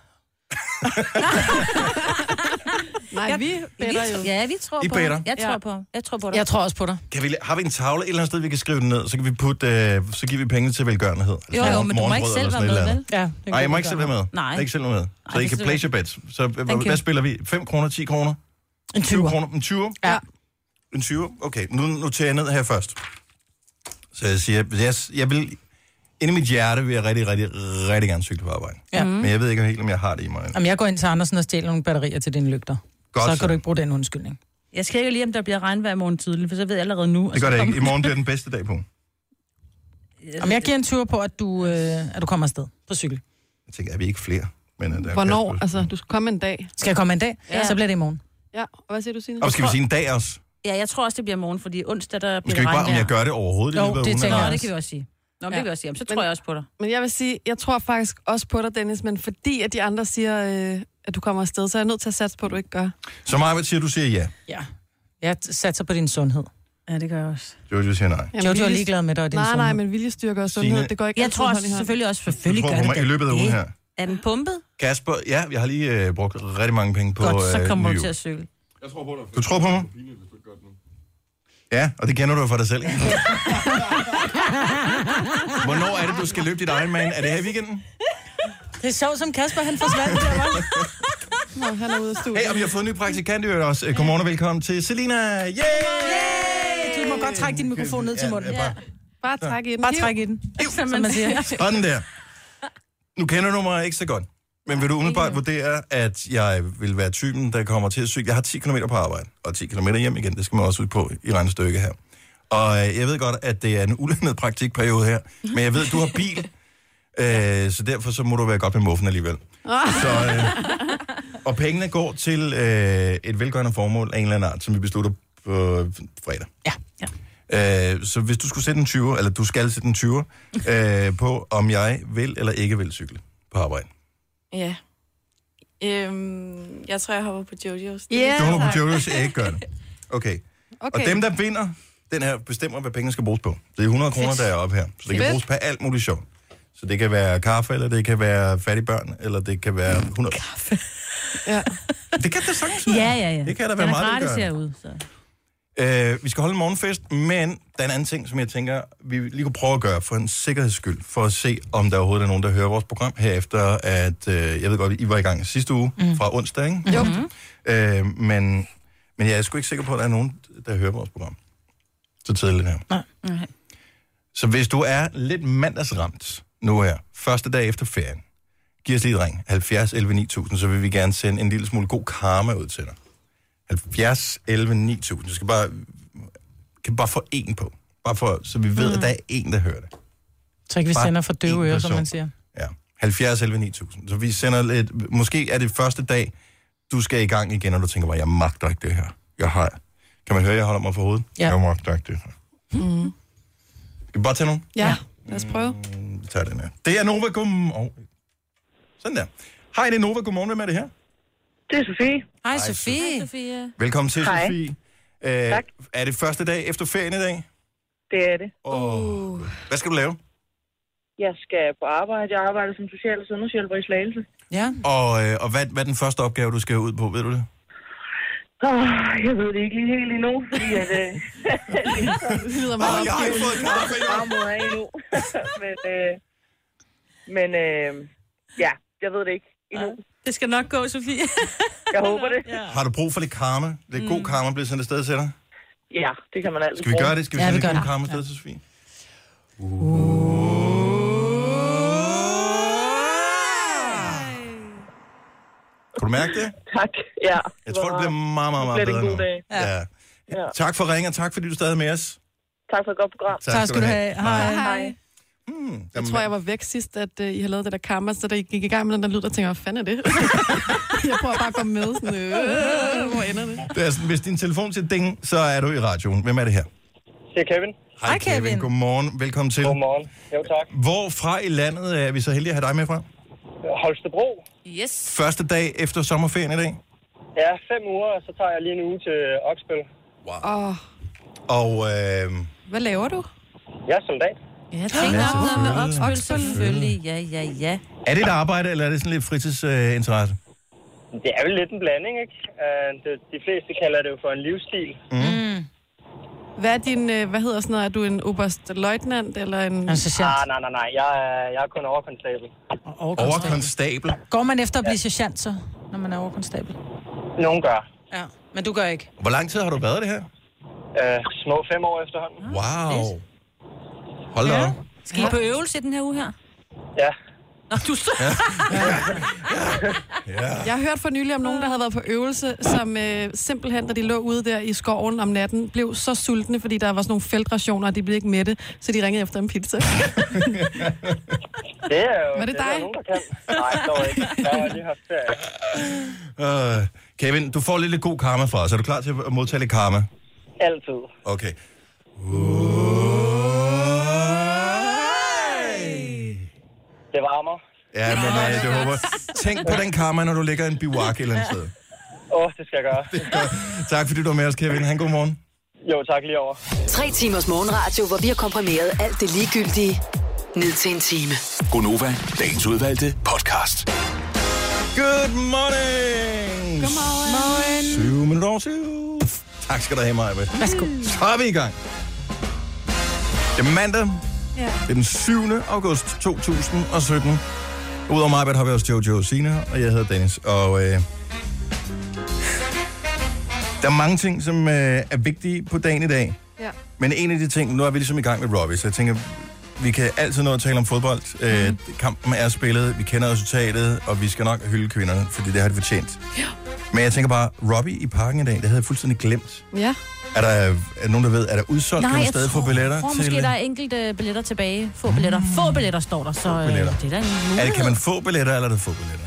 C: Nej, vi bedre jo.
D: Ja, vi tror
A: I
D: på.
A: better.
D: Jeg tror
C: Ja.
D: på. Jeg tror på dig.
B: Jeg tror også på dig.
A: Kan vi, har vi en tavle et eller andet sted, vi kan skrive den ned? Så, kan vi putte, øh, så giver vi penge til velgørenhed. Altså
D: Jo, jo,
A: morgen-
D: men du må ikke
A: morgenbrød
D: selv
A: eller sådan
D: være
A: et eller
D: med,
A: andet.
D: vel?
B: Ja,
A: Nej, jeg må ikke selv være med.
D: Nej.
A: Jeg er ikke selv med. Så
D: det
A: I kan
D: skal
A: place your bets. Så øh, hvad,
D: Thank you.
A: hvad spiller vi? 5 kroner, 10 kroner?
B: En
A: 20
B: tyver.
A: kroner? En 20?
B: Ja.
A: En 20? Okay, nu noterer jeg ned her først. Så jeg siger, jeg, jeg vil... Inde i mit hjerte vil jeg rigtig, rigtig, rigtig gerne cykle på arbejde.
B: Ja.
A: Men jeg ved ikke helt, om jeg har det i mig.
B: Jamen, jeg går ind til Andersen og stjæler nogle batterier til dine lygter.
A: Godt
B: så
A: så.
B: kan du ikke bruge den undskyldning.
D: Jeg skal ikke lige, om der bliver regnvejr i morgen tidlig, for så ved jeg allerede nu.
A: Det gør det ikke. I morgen bliver den bedste dag på. ugen.
B: Om jeg giver en tur på, at du, øh, at du kommer afsted på cykel.
A: Jeg tænker, er vi ikke flere? Men, øh, der er
C: Hvornår?
A: plads på-
C: Altså, du skal komme en dag.
B: Skal jeg komme en dag? Ja.
D: Ja.
B: Så bliver det i morgen.
C: Ja, og hvad siger du, Signe?
A: Og skal vi sige en dag også?
D: Ja, jeg tror også, det bliver morgen, fordi onsdag, der
A: Nu
D: bliver
A: skal vi ikke bare, om
D: regnvejr.
A: jeg gør det overhovedet.
B: Jo,
A: i løbet af
B: det
A: ugen, eller-
B: tænker
D: Nå, det kan vi også sige. Nå, men
C: Ja.
D: det kan vi også sige. Jamen, så
C: Men-
D: tror jeg også på dig.
C: Men jeg vil sige, jeg tror faktisk også på dig, Dennis, men fordi at de andre siger, øh, at du kommer afsted, så er jeg nødt til at satse på, at du ikke gør.
A: Så Marvitt siger, du siger ja.
B: Ja. Jeg t- satser på din sundhed.
D: Ja, det gør jeg også.
A: Jojo siger nej.
C: Jamen,
B: Jojo er
C: viljes-
B: ligeglad med dig og din
C: Nej,
B: sundhed.
C: nej, men viljestyrke og sundhed,
A: Signe-
C: det går ikke
D: Jeg
C: altid
D: tror
C: hånd
D: også,
C: i hånd.
D: selvfølgelig også,
A: Du
D: selvfølgelig
A: tror
D: gør
A: på mig
D: det
A: i løbet af ugen her.
D: Er den pumpet?
A: Kasper, ja, jeg har lige øh, brugt rigtig mange penge på
D: Godt, så
A: øh,
D: kommer du
A: Mio.
D: til at cykle.
A: Du tror på mig? Ja, og det kender du jo for dig selv. Hvornår er det, du skal løbe dit Ironman? Er det her i weekenden?
B: Det er sjovt, som Kasper, han forsvandt der, var.
C: Nå, han er ude af studiet.
A: Hey, og vi har fået en ny praktikant i øvrigt også. Øh, Godmorgen og velkommen til Selina. Yay!
B: Du må godt trække din mikrofon ned til munden.
A: Ja, bare,
C: Bare træk i den.
B: Bare
C: Hiv.
B: træk i den, som man siger.
A: sådan der. Nu kender du mig ikke så godt. Men vil du umiddelbart vurdere, at jeg vil være typen, der kommer til at cykle? Jeg har 10 km på arbejde, og 10 km hjem igen. Det skal man også ud på i regnestykket her. Og øh, jeg ved godt, at det er en ulønnet praktikperiode her. Men jeg ved, at du har bil. Øh, så derfor så må du være godt med muffen alligevel. Så, øh, og pengene går til øh, et velgørende formål af en eller anden art, som vi beslutter på fredag.
B: Ja.
D: Ja.
A: Øh, så hvis du skulle sætte en 20, eller du skal sætte en 20, øh, på om jeg vil eller ikke vil cykle på arbejde.
H: Ja. Øhm, jeg tror, jeg hopper på Jojo's. Det-
C: Ja,
A: Du holder
C: tak.
A: på Jojo's, jeg ikke gør det. Okay. okay. Og dem, der vinder, den her bestemmer, hvad pengene skal bruges på. Det er 100 kroner, der er oppe her. Så det kan
C: Fedt.
A: bruges på alt muligt sjovt. Så det kan være kaffe, eller det kan være fattige børn, eller det kan være 100.
C: Ja.
A: Det kan det sagtens være.
D: Ja, ja, ja.
A: Det kan da
D: Den
A: være
D: er
A: meget
D: gratis
A: velgørende.
D: herude. Så.
A: Øh, vi skal holde en morgenfest, men der er en anden ting, som jeg tænker, vi lige kunne prøve at gøre for en sikkerheds skyld, for at se, om der overhovedet er nogen, der hører vores program herefter, at øh, jeg ved godt, I var i gang sidste uge mm. fra onsdag, ikke?
C: Jo.
A: Øh, men, men jeg er sgu ikke sikker på, at der er nogen, der hører vores program så tidligt her.
B: Nej.
D: Nej.
A: Så hvis du er lidt mandagsramt nu her, første dag efter ferien, giv os lige et ring, 70 11 9000, så vil vi gerne sende en lille smule god karma ud til dig. 70 11 9000. Du skal bare, kan bare få en på. Bare for, så vi ved, mm. at der er en, der hører det.
B: Så ikke vi
A: Bare
B: sender for døve
A: én
B: ører, som
A: person.
B: man siger.
A: Ja. 70 11 9000. Så vi sender lidt... Måske er det første dag, du skal i gang igen, og du tænker bare, jeg magter ikke det her. Jeg har... Kan man høre, jeg holder mig for hovedet?
B: Ja.
A: Jeg magter ikke det her. Mm. Skal vi bare tage nogen?
C: ja, lad os prøve.
A: Vi tager den her. Det er Nova. Godmorgen. Oh. Sådan der. Hej, det er Nova. Godmorgen. Hvem er det her?
I: Det er Sofie.
B: Hej, Sofie.
D: Sofia.
A: Velkommen til,
I: Hej.
A: Sofie. Øh,
I: Tak.
A: Er det første dag efter ferien i dag?
I: Det er det.
A: Og uh. Hvad skal du lave?
I: Jeg skal på arbejde. Jeg arbejder som social- og sundhedshjælper i Slagelse.
B: Ja.
A: Og, øh, og hvad, hvad er den første opgave, du skal ud på? Ved du det?
I: Oh, jeg ved det ikke lige helt endnu, fordi at, øh,
C: Det lyder meget
A: jeg har ikke fået kaffe endnu.
I: armod er endnu. men øh, men øh, ja, jeg ved det ikke endnu.
D: Det skal nok gå, Sofie.
I: Jeg håber det.
A: Har du brug for lidt karma? Lidt god karma bliver sendt afsted til dig?
I: Ja, det kan man altid
A: Skal vi gøre det? Skal vi
B: Ja,
A: sende
B: vi gør
A: lidt god
B: det.
A: karma afsted til Sofie? Kan du mærke det?
I: Tak. Ja.
A: Jeg tror, det bliver meget, meget, meget
I: Det bliver
A: bedre
I: en
A: nu.
I: god dag.
A: Ja. Ja. Tak for ringen, og tak fordi du er stadig med os.
I: Tak for et godt program.
B: Tak skal du have. Hej.
C: Hej.
A: Hmm,
C: Jeg tror, jeg var væk sidst, at uh, I har lavet det der karma, så da I gik i gang med den der lyd, der tænkte, jeg, hvad fanden er det? jeg prøver bare at gå med sådan, øh, hvor ender det?
A: Det er sådan, hvis din telefon siger ding, så er du i radioen. Hvem er det her?
I: Det er Kevin.
B: Hej, Kevin.
A: Godmorgen. Velkommen til.
I: Godmorgen. Jo, tak.
A: Hvorfra i landet er vi så heldige at have dig med fra?
I: Holstebro.
D: Yes.
A: Første dag efter sommerferien i dag.
I: Ja, fem uger, og så tager jeg lige en uge til Oksbøl.
C: Åh,
A: Og øh,
C: hvad laver du?
I: Jeg er soldat.
D: Ja, tænk nok noget med opspil,
C: Selvfølgelig.
D: selvfølgelig. Ja, ja, ja.
A: er det et arbejde, eller er det sådan lidt fritidsinteresse? Øh,
I: Det er vel lidt en blanding, ikke? Øh, det- De fleste kalder det jo for en livsstil.
C: Hvad er din, øh, hvad hedder sådan noget, er du en oberstløjtnant eller en...
B: Han er sergeant.
I: Ah, nej, nej, nej. Jeg er, jeg er kun overkonstabel.
B: Og overkonstabel.
A: Overkonstabel.
B: Går man efter at blive sergeant, så, når man er overkonstabel?
I: Nogen gør.
B: Ja, men du gør ikke.
A: Hvor lang tid har du været det her?
I: Øh, små fem år
B: Ah,
I: efterhånden.
A: Wow. Hold da op.
D: Skal I på øvelse i den her uge her?
I: Ja.
D: Nå, du så...
C: Jeg har hørt for nylig om nogen, der havde været på øvelse, som øh, simpelthen, da de lå ude der i skoven om natten, blev så sultne, fordi der var sådan nogle feltrationer, og de blev ikke mætte, så de ringede efter en pizza.
I: Det er jo
C: Ah. Var det
I: er der
C: dig?
I: nogen, der kan. Nej, dog ikke. Jeg har lige haft ferie.
A: Øh, Kevin, du får lidt, lidt god karma fra os. Er du klar til at modtage lidt karma?
I: Altid.
A: Okay.
I: Det varmer.
A: Ja, men øh, det håber. Tænk på den karma, når du ligger i en biwak et eller andet sted.
I: Åh, oh, det skal jeg gøre.
A: Tak fordi du var med os, Kevin. Han god morgen.
I: Jo, tak lige over.
E: Tre timers morgenradio, hvor vi har komprimeret alt det ligegyldige ned til en time.
F: Gonova, dagens udvalgte podcast.
A: Good morning!
C: Godmorgen.
A: Syv minutter over syv. Tak skal du have, Maja.
B: Værsgo.
A: Så er vi i gang. Det er mandag.
C: Ja.
A: Det er den 7. august 2017. Udover mig har vi også Jojo og Sina, og jeg hedder Dennis. Og øh, der er mange ting, som øh, er vigtige på dagen i dag.
C: Ja.
A: Men en af de ting, nu er vi ligesom i gang med Robbie, så jeg tænker, vi kan altid nå at tale om fodbold. Øh,
D: Mhm.
A: kampen er spillet, vi kender resultatet, og vi skal nok hylde kvinderne, fordi det har de fortjent. Ja. Men jeg tænker bare, Robbie i parken i dag, det havde jeg fuldstændig glemt.
C: ja.
A: Er der, er der nogen, der ved, er der udsolgt
D: Nej,
A: nogle
D: jeg
A: steder for
D: tror,
A: billetter?
D: tror
A: til, øh,
D: måske, der er enkelte øh, billetter tilbage. Få billetter. Få billetter står der, så øh,
A: billetter.
D: det er da en
A: er det,
D: mulighed.
A: kan man få billetter, eller er det få billetter?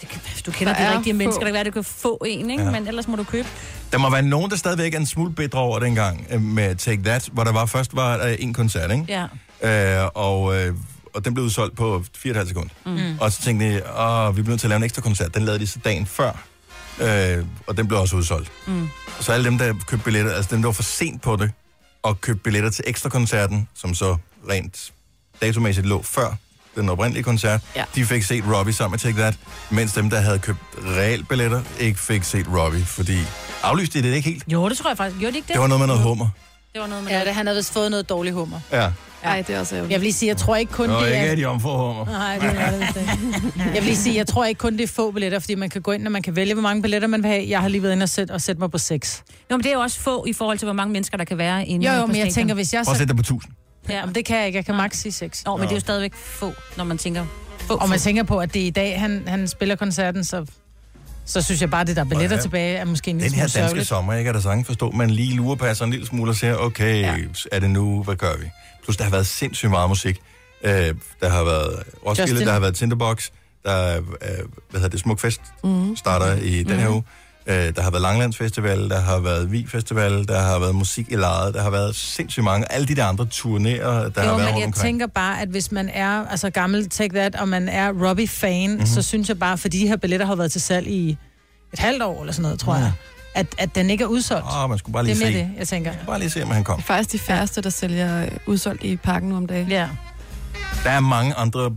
D: Det kan, hvis du kender
C: Der
D: de
C: er
D: rigtige
C: få.
D: mennesker, det kan være, at du kan få en, ikke? Ja. men ellers må du købe.
A: Der må være nogen, der stadigvæk er en smule bedre over dengang øh, med Take That, hvor der var først var øh, en koncert, ikke?
D: Ja.
A: Øh, og, øh, og den blev udsolgt på 4,5 sekunder. Mm. Og så tænkte jeg, åh, vi bliver nødt til at lave en ekstra koncert. Den lavede de så dagen før, øh, og den blev også udsolgt. Mm. Og så alle dem, der købte billetter, altså dem, der var for sent på det, og købte billetter til ekstra koncerten, som så rent datomæssigt lå før den oprindelige koncert,
C: Ja.
A: de fik set Robbie sammen med Take That, mens dem, der havde købt reelt billetter, ikke fik set Robbie, fordi aflyste de det ikke helt?
D: Jo, det tror jeg faktisk. Gjorde det ikke det?
A: Det var noget med noget hummer.
D: det var noget med
B: Ja,
D: noget.
B: det, han havde vist fået noget dårlig hummer.
A: Ja.
C: Ej, det er også ærgerligt.
B: Jeg vil lige sige, jeg tror ikke kun,
A: Nå,
B: det
A: ikke
B: er...
A: af de omforhummer.
B: Nej, det var det vist ikke. Jeg vil lige sige, jeg tror ikke kun, det er få billetter, fordi man kan gå ind, og man kan vælge, hvor mange billetter man vil have. Jeg har lige været inde og sætte, og sætte mig på seks.
D: Nå, men det er jo også få i forhold til, hvor mange mennesker, der kan være inde
B: Jo,
D: på
B: jo, men jeg
D: stadion.
B: tænker, hvis jeg
A: Prøv at
B: så...
A: sætte dig på 1000.
D: Ja,
B: Jamen,
D: men det...
B: det kan jeg ikke. Jeg kan maks sige seks.
D: Nå, men det er jo stadigvæk få, når man tænker... Få,
B: Og man
D: få.
B: tænker på, at det er i dag, han, han spiller koncerten, så, så synes jeg bare, at det der er billetter
A: Ja.
B: tilbage, er måske en lille
A: Den her
B: smule
A: danske
B: sørgeligt.
A: sommer, ikke, er der sange forstå, man lige lurepasser en lille smule og siger, okay, ja. er det nu, hvad gør vi? Plus, der har været sindssygt meget musik. Øh, der har været Roskilde,
B: Justin.
A: der har været Tinderbox, der er, øh, hvad hedder det, Smukfest
B: Mhm.
A: mm. starter i den her uge. Øh, der har været Langlandsfestival, der har været Vi Festival, der har været Musik i Lejet, der har været sindssygt mange, alle de der andre turnéer, der jo, har været
B: Jo,
A: rundt
B: men jeg
A: omkring.
B: tænker bare, at hvis man er altså gammel Take That, og man er Robbie-fan,
A: Mhm.
B: mm-hmm. så synes jeg bare, fordi de her billetter har været til salg i et halvt år eller sådan noget, tror jeg, at, at den ikke er udsolgt.
A: Åh, man skulle bare
B: det
A: lige
B: er mere
A: se.
B: det, jeg tænker.
A: Bare lige se, om han kom.
C: Det er faktisk de færreste, der sælger øh, udsolgt i parken nu om dagen.
B: Ja.
A: Der er mange andre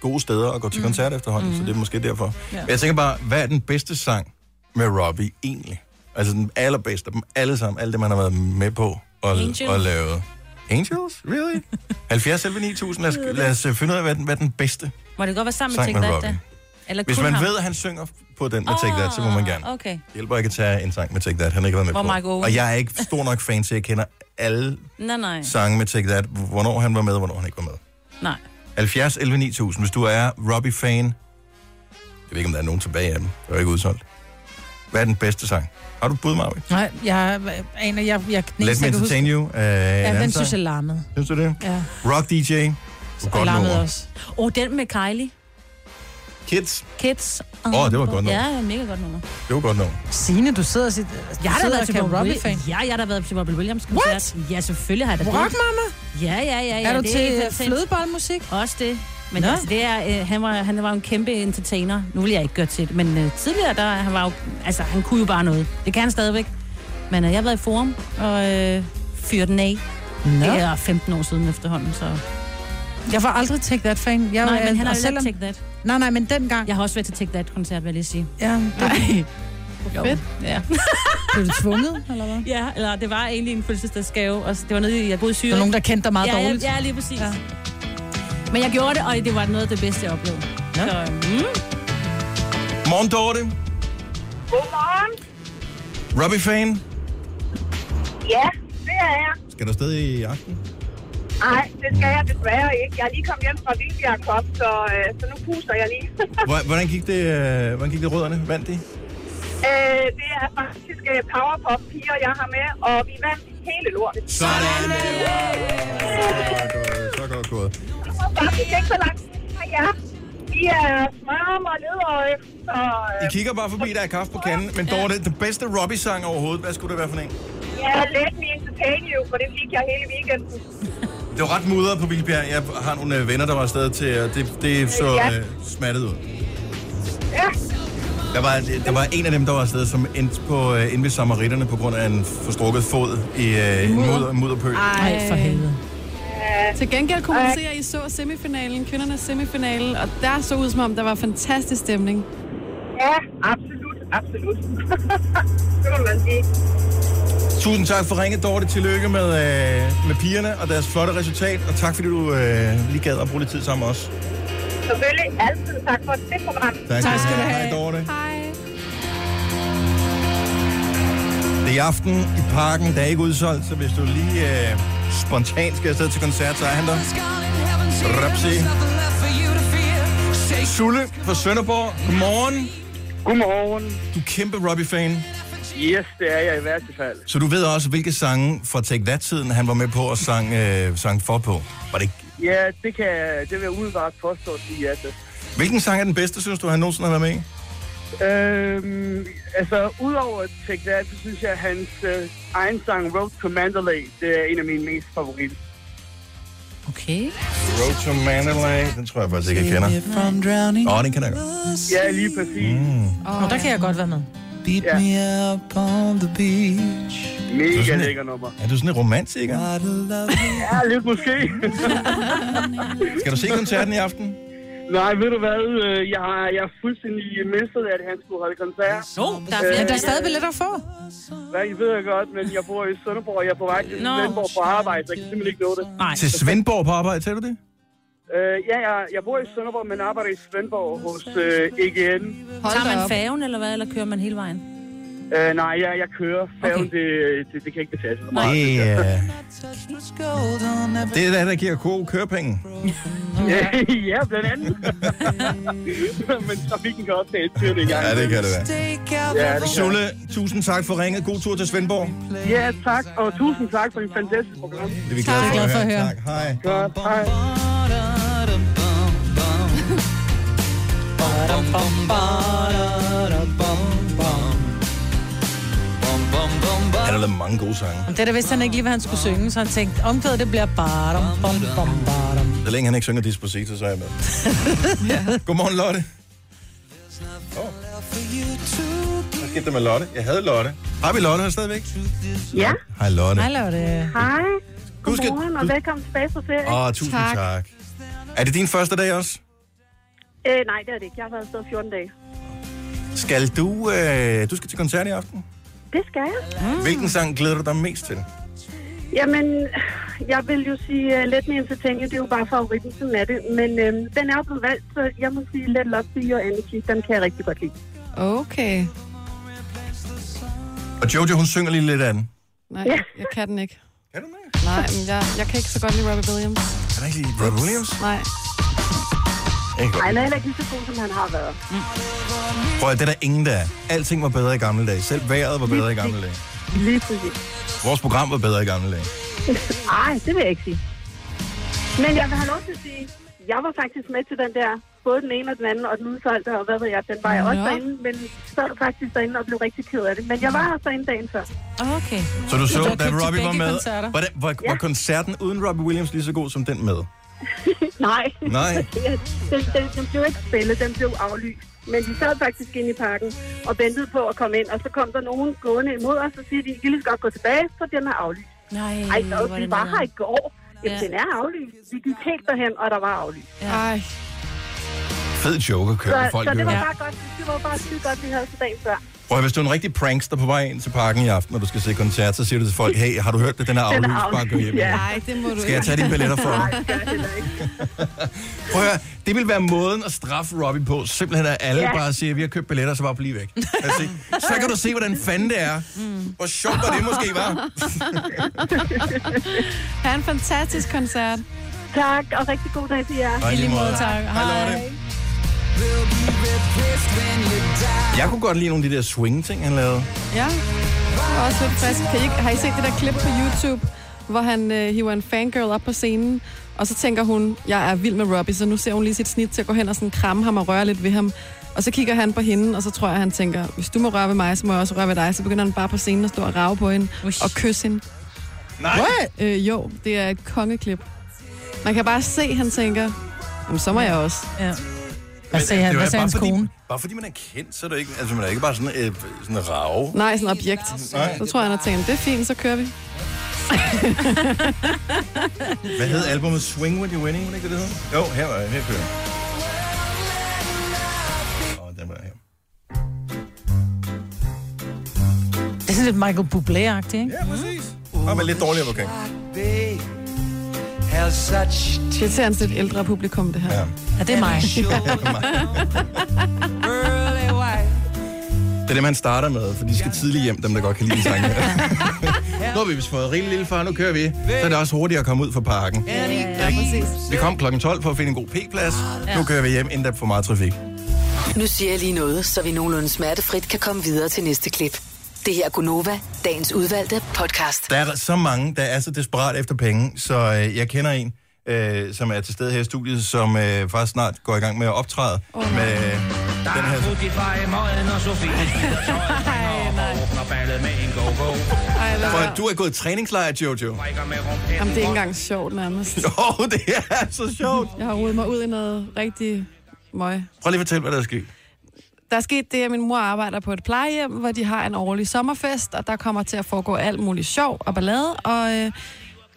A: gode steder at gå til mm. koncert efterhånden, mm. så det er måske derfor. Ja. Men jeg tænker bare, hvad er den bedste sang med Robbie egentlig? Altså den allerbedste, dem alle sammen, alle dem, han har været med på og,
D: Angels.
A: og lavet. Angels? Really? 70 11 9000, lad os, lad os øh, finde ud af, hvad er den, hvad er den bedste.
D: Må det godt være sammen med
A: Sang
D: Take
A: med
D: That,
A: Robin.
D: da? Eller
A: Hvis
D: kun
A: man
D: ham?
A: ved, at han synger på den med Take That, så må man gerne.
D: Ah, Okay.
A: Det hjælper ikke at tage en sang med Take That, han har ikke været med
D: Hvor
A: på.
D: Mike Owen.
A: Og jeg er ikke stor nok fan til, at jeg kender alle
D: Nej, nej.
A: sange med Take That, hvornår han var med, og hvornår han ikke var med.
D: Nej.
A: 70 11 9000, hvis du er Robbie-fan. Jeg ved ikke, om der er nogen tilbage af dem. Det er jo ikke udsolgt. Hvad er den bedste sang? Har du et bud, Marvind?
B: Nej, jeg aner, jeg, jeg
A: Let
B: den eneste,
A: Me
B: jeg kan huske.
A: Entertain You. Øh,
B: Ja, den synes jeg larmede.
A: synes du det?
B: Ja,
A: Rock DJ. Du er
B: og
A: godt
B: larmede
A: nummer.
B: også.
D: Åh, oh, den med Kylie.
A: Kids.
D: Kids.
A: Åh, det var et godt nummer.
D: Ja, mega godt nummer.
A: Det var godt nummer.
B: Signe, du sidder og siger...
D: Jeg har da været
B: været
D: til
B: Kevin
D: Bobby
B: Robbie-fan.
D: Williams. Ja, jeg har da været til Bobby Williams koncert. What? Ja, selvfølgelig har jeg da det.
B: Rock, mamma.
D: Ja, ja, ja. ja
B: Er du
D: det
B: til
D: helt
B: øh,
D: perfekt.
B: flødebollmusik?
D: Også det. Men
B: Nå.
D: altså, det er, øh, han, var, han var jo en kæmpe entertainer. Nu vil jeg ikke gøre til det, men øh, tidligere, der, han var jo, altså, han kunne jo bare noget. Det kan han stadigvæk. Men øh, jeg har været i forum og øh, fyret den af.
B: Nå.
D: Det er 15 år siden efterhånden, så...
B: Jeg var aldrig Take That-fan. Jeg,
D: Nej,
B: øh,
D: men han
B: og
D: har jo
B: selvom-
D: ikke Take That.
B: Nej, nej, men dengang...
D: Jeg har også været til Take That-koncert, vil jeg lige sige.
B: Ja,
C: Nej.
D: Ja.
B: blev du tvunget, eller hvad?
D: ja, eller det var egentlig en fødselsdagsgave, og det var nede i, jeg boede i
B: Der
D: Syrien.
B: er nogen, der kendte dig meget
D: ja,
B: dårligt.
D: Ja, ja, lige præcis. Ja. Men jeg gjorde det, og det var noget af det bedste, jeg oplevede. Ja. Så, mm.
A: Morgen, Dorte.
I: Godmorgen.
A: Robbie-fan.
I: Ja, det er jeg.
A: Skal du afsted i aften?
I: Nej, det skal jeg desværre ikke. Jeg er lige kommet hjem fra Vildbjerg Cup, så, øh, så nu puster jeg lige.
A: Hvor- Hvordan gik det, øh, hvordan gik det rødderne? Vandt de?
I: øh, det er faktisk øh, Powerpop-piger, jeg har med, og vi vandt hele lortet.
A: Sådan! Så godt gået.
I: Det var faktisk ikke så langt fra jer. Vi er smørm og ledøje, så
A: I
I: øh,
A: kigger bare forbi, der er kaffe på kanden. Men Dorte, den bedste Robbie-sang overhovedet, hvad skulle det være for en?
I: ja, let me entertain you, for det fik jeg hele weekenden.
A: Det var ret mudret på Vildbjerg. Jeg har nogle øh, venner, der var afsted til, og det, det så øh, smattet ud.
I: Ja,
A: Der var, der var en af dem, der var afsted, som endte på, øh, inde ved samaritterne på grund af en forstrukket fod i øh, en mudder, mudderpøl.
B: Nej, for helvede.
C: Til gengæld kunne man se, at I så semifinalen, kvindernes semifinale, og der så ud som om, der var fantastisk stemning.
I: ja, absolut, absolut. det må man sige.
A: Tusind tak for ringet, Dorte. Tillykke med, øh, med pigerne og deres flotte resultat. Og tak, fordi du øh, lige gad at bruge lidt tid sammen med os.
I: Selvfølgelig altid tak for det program.
A: Tak, tak skal du have. Hej, Dorte.
C: Hej.
A: Det er i aften i parken. Der er ikke udsolgt, så hvis du lige øh, spontant skal afsted til koncert, så er han der. Rapsi. Sulle fra Sønderborg. Godmorgen.
G: Godmorgen.
A: Du er kæmpe Robbie-fan.
G: Yes, det er jeg i hvert fald.
A: Så du ved også, hvilke sange fra Take That-tiden, han var med på og sang, øh, sang for på. Var det ikke?
G: Ja, det kan det vil jeg umiddelbart påstå at sige, at
A: Hvilken sang er den bedste, synes du, han nogensinde har været med i?
G: Øhm, altså, udover Take That, så synes jeg, at hans øh, egen sang Road to Mandalay, det er en af mine mest favoritter.
D: Okay.
A: Road to Mandalay. Den tror jeg faktisk ikke, jeg kender. Åh, oh, den kender jeg godt.
G: Ja, lige præcis. Mm.
B: Nå, der kan jeg godt være med.
G: Ja. Mega lækker nummer.
A: Er du sådan en romantiker?
G: Ja, lidt måske.
A: Skal du se koncerten i aften?
G: Nej, ved du hvad? øh, Jeg, har- jeg er fuldstændig mistet, at han skulle holde koncert.
D: Der er
B: Ja,
D: flere,
B: der er stadig billetter at få.
G: Hvad, I ved jeg godt, men jeg bor i Sønderborg, og jeg er på vej til
D: Nå.
G: Svendborg på arbejde, så jeg kan simpelthen ikke nå det.
D: Nej.
A: Til Svendborg på arbejde, ser du det?
G: Øh, ja, jeg, jeg bor i Sønderborg, men arbejder i Svendborg hos øh, EGN.
D: Tager man færgen, eller hvad? Eller kører man hele vejen?
G: Øh, nej, jeg, jeg kører. Færgen,
D: Okay.
G: okay. det, det, det kan ikke betale sig for meget.
A: Det er... Det er det, der giver gode kørepenge.
G: ja, blandt andet. Men trafikken kan også tage et styrt i gang.
A: Ja, det kan det være.
G: Ja, det kan.
A: Sulle, tusind tak for ringet. God tur til Svendborg.
G: ja, tak. Og tusind tak for en fantastisk program.
A: Det er vi glade for at høre. Tak. Hej.
G: Godt, hej.
A: Han har lavet mange gode sange.
B: Det er da vist, han ikke lige, hvad han skulle synge, så han tænkte, omkvædet, det bliver badum, bom, bom, badum.
A: Så længe han ikke synger Disposito, så er jeg med. Godmorgen, Lotte. Åh. Hvad skete der med Lotte? Jeg havde Lotte. Har vi Lotte her stadigvæk?
I: Ja,
A: Hej, Lotte.
B: Hej, Lotte.
I: hej.
A: Husk at-
I: Godmorgen, og
A: du-
I: velkommen tilbage fra ferie.
A: Åh, oh, tusind tak.
C: Tak.
A: tak. Er det din første dag også?
I: Øh, nej, det er det ikke. Jeg har været afsted 14 dage.
A: Skal du... Øh, du skal til koncert i aften.
I: Det skal jeg.
A: Mm. Hvilken sang glæder du dig mest til?
I: Jamen, jeg vil jo sige, uh, Let Me Entertain You, det er jo bare favoritten, sådan er det. Men øhm, den er jo blevet valgt, så jeg må sige, Let Love Be Your Energy, den kan jeg rigtig godt lide.
C: Okay.
A: Og Jojo, hun synger lige lidt af den.
C: Nej,
I: Ja.
C: jeg kan den ikke.
A: Kan du det?
C: Nej, men jeg, jeg kan ikke så godt lide Robbie Williams.
A: Er der ikke lige Robbie Williams?
C: Nej.
A: Ikke
I: Ej, han er heller ikke lige så god, som han har været.
A: Prøv at, det er der ingen, der er. Alting var bedre i gamle dage. Selv vejret var bedre i gamle dage.
I: Lige præcis.
A: Vores program var bedre i gamle dage.
I: Ej, det vil jeg ikke sige. Men jeg vil have lov til at sige, jeg var faktisk med til den der, både den ene og den anden, og den udsolgte, og hvad ved jeg, den var jeg også
C: Nå.
I: derinde, men så var du faktisk derinde og blev rigtig ked af det. Men jeg var også derinde dagen før.
D: Okay.
A: Så du så,
B: du har
A: da
B: købt til
A: Robbie var
B: begge
A: med,
B: koncerter.
A: var, det, var, var koncerten uden Robbie Williams lige så god som den med?
I: Nej,
A: Nej.
I: den, den, den blev ikke spillet, den blev aflyst. Men vi sad faktisk inde i parken og ventede på at komme ind, og så kom der nogen gående imod os, og siger de, I kan lige så godt gå tilbage, for den er aflyst.
D: Nej,
I: Ej, så
D: Mm, hvor er
I: vi
D: det
I: var her
D: nederen.
I: i går. Jamen,
D: Ja.
I: den er aflyst. Vi gik helt derhen, og der var aflyst.
C: Ej.
A: Fed joker kører
I: Så,
A: med folk.
I: så det var
A: kører.
I: bare godt, det var bare skide godt, vi havde så dagen før.
A: Prøv at, hvis du er en rigtig prankster på vej ind til parken i aften, og du skal se koncert, så siger du til folk, hey, har du hørt det, den er
I: Den er
A: aflyst, bare gå hjem.
I: aflyst, ja.
C: Nej, det må du
A: Skal jeg tage dine billetter for dig?
I: Nej, det gør jeg heller ikke.
A: Prøv at, høre, det vil være måden at straffe Robbie på. Simpelthen at alle ja.
I: Ja.
A: bare siger, vi har købt billetter, så bare bliv væk. Altså, så kan du se, hvordan fanden det er.
B: Mm.
A: Hvor sjovt var det måske var.
C: Ha' en fantastisk koncert.
I: Tak, og rigtig god dag til jer.
A: Og
C: I lige måde, tak.
A: Hej, Lotte. Jeg kunne godt lide nogle af de der swing-ting, han lavede.
C: Ja, det var også lidt frisk. Kan I, ikke- har I set det der klip på YouTube, hvor han øh, hiver en fangirl op på scenen, og så tænker hun, jeg er vild med Robbie, så nu ser hun lige sit snit til at gå hen og sådan kramme ham og røre lidt ved ham. Og så kigger han på hende, og så tror jeg, han tænker, hvis du må røre ved mig, så må jeg også røre ved dig. Så begynder han bare på scenen at stå og rave på hende
D: Ush.
C: og kysse hende.
A: Nej.
C: Øh, jo, det er et kongeklip. Man kan bare se, han tænker, jamen så må jeg også.
B: Hvad sagde han?
A: det var
B: Hvad
A: bare
B: sagde hans
A: fordi-
B: kone?
A: Bare fordi man er kendt, så er det ikke, altså man er ikke bare sådan, øh, sådan en rave.
C: Nej, sådan et objekt.
A: Nej.
C: Så tror jeg, han har tænkt, det er fint, så kører vi.
A: Hvad hed albumet Swing When You're Winning? Var det ikke det, det hed? Jo, her var jeg. Her kører jeg. Åh, den var her.
B: Det er sådan lidt Michael Bublé-agtigt, ikke?
A: Ja, præcis. Og med lidt dårligere vokal.
C: Det ser han lidt ældre publikum, det her.
A: Ja.
B: Ja, det er mig.
A: Det er dem, han starter med, for de skal tidligt hjem, dem der godt kan lide sange. nu har vi vist fået rigeligt lille far, nu kører vi. Så er det også hurtigt at komme ud fra parken.
C: Ja, præcis. Ah,
A: Vi kom kl. 12 for at finde en god p-plads. Nu kører vi hjem, inden der er for meget trafik.
E: Nu siger jeg lige noget, så vi nogenlunde smertefrit kan komme videre til næste klip. Det her er Gunova, dagens udvalgte podcast.
A: Der er så mange, der er så desperat efter penge, så øh, jeg kender en, øh, som er til stede her i studiet, som øh, faktisk snart går i gang med at optræde oh, med øh, den her.
C: Ej, hvad
A: For du er gået i træningslejr, Jojo.
C: Jamen, det er ikke engang sjovt nærmest.
A: Åh, oh, det er så sjovt.
C: Jeg har rodet mig ud i noget rigtig møg.
A: Prøv lige at fortælle, hvad der er sket.
C: Der er sket det, at min mor arbejder på et plejehjem, hvor de har en årlig sommerfest, og der kommer til at foregå alt muligt sjov og ballade. Og øh,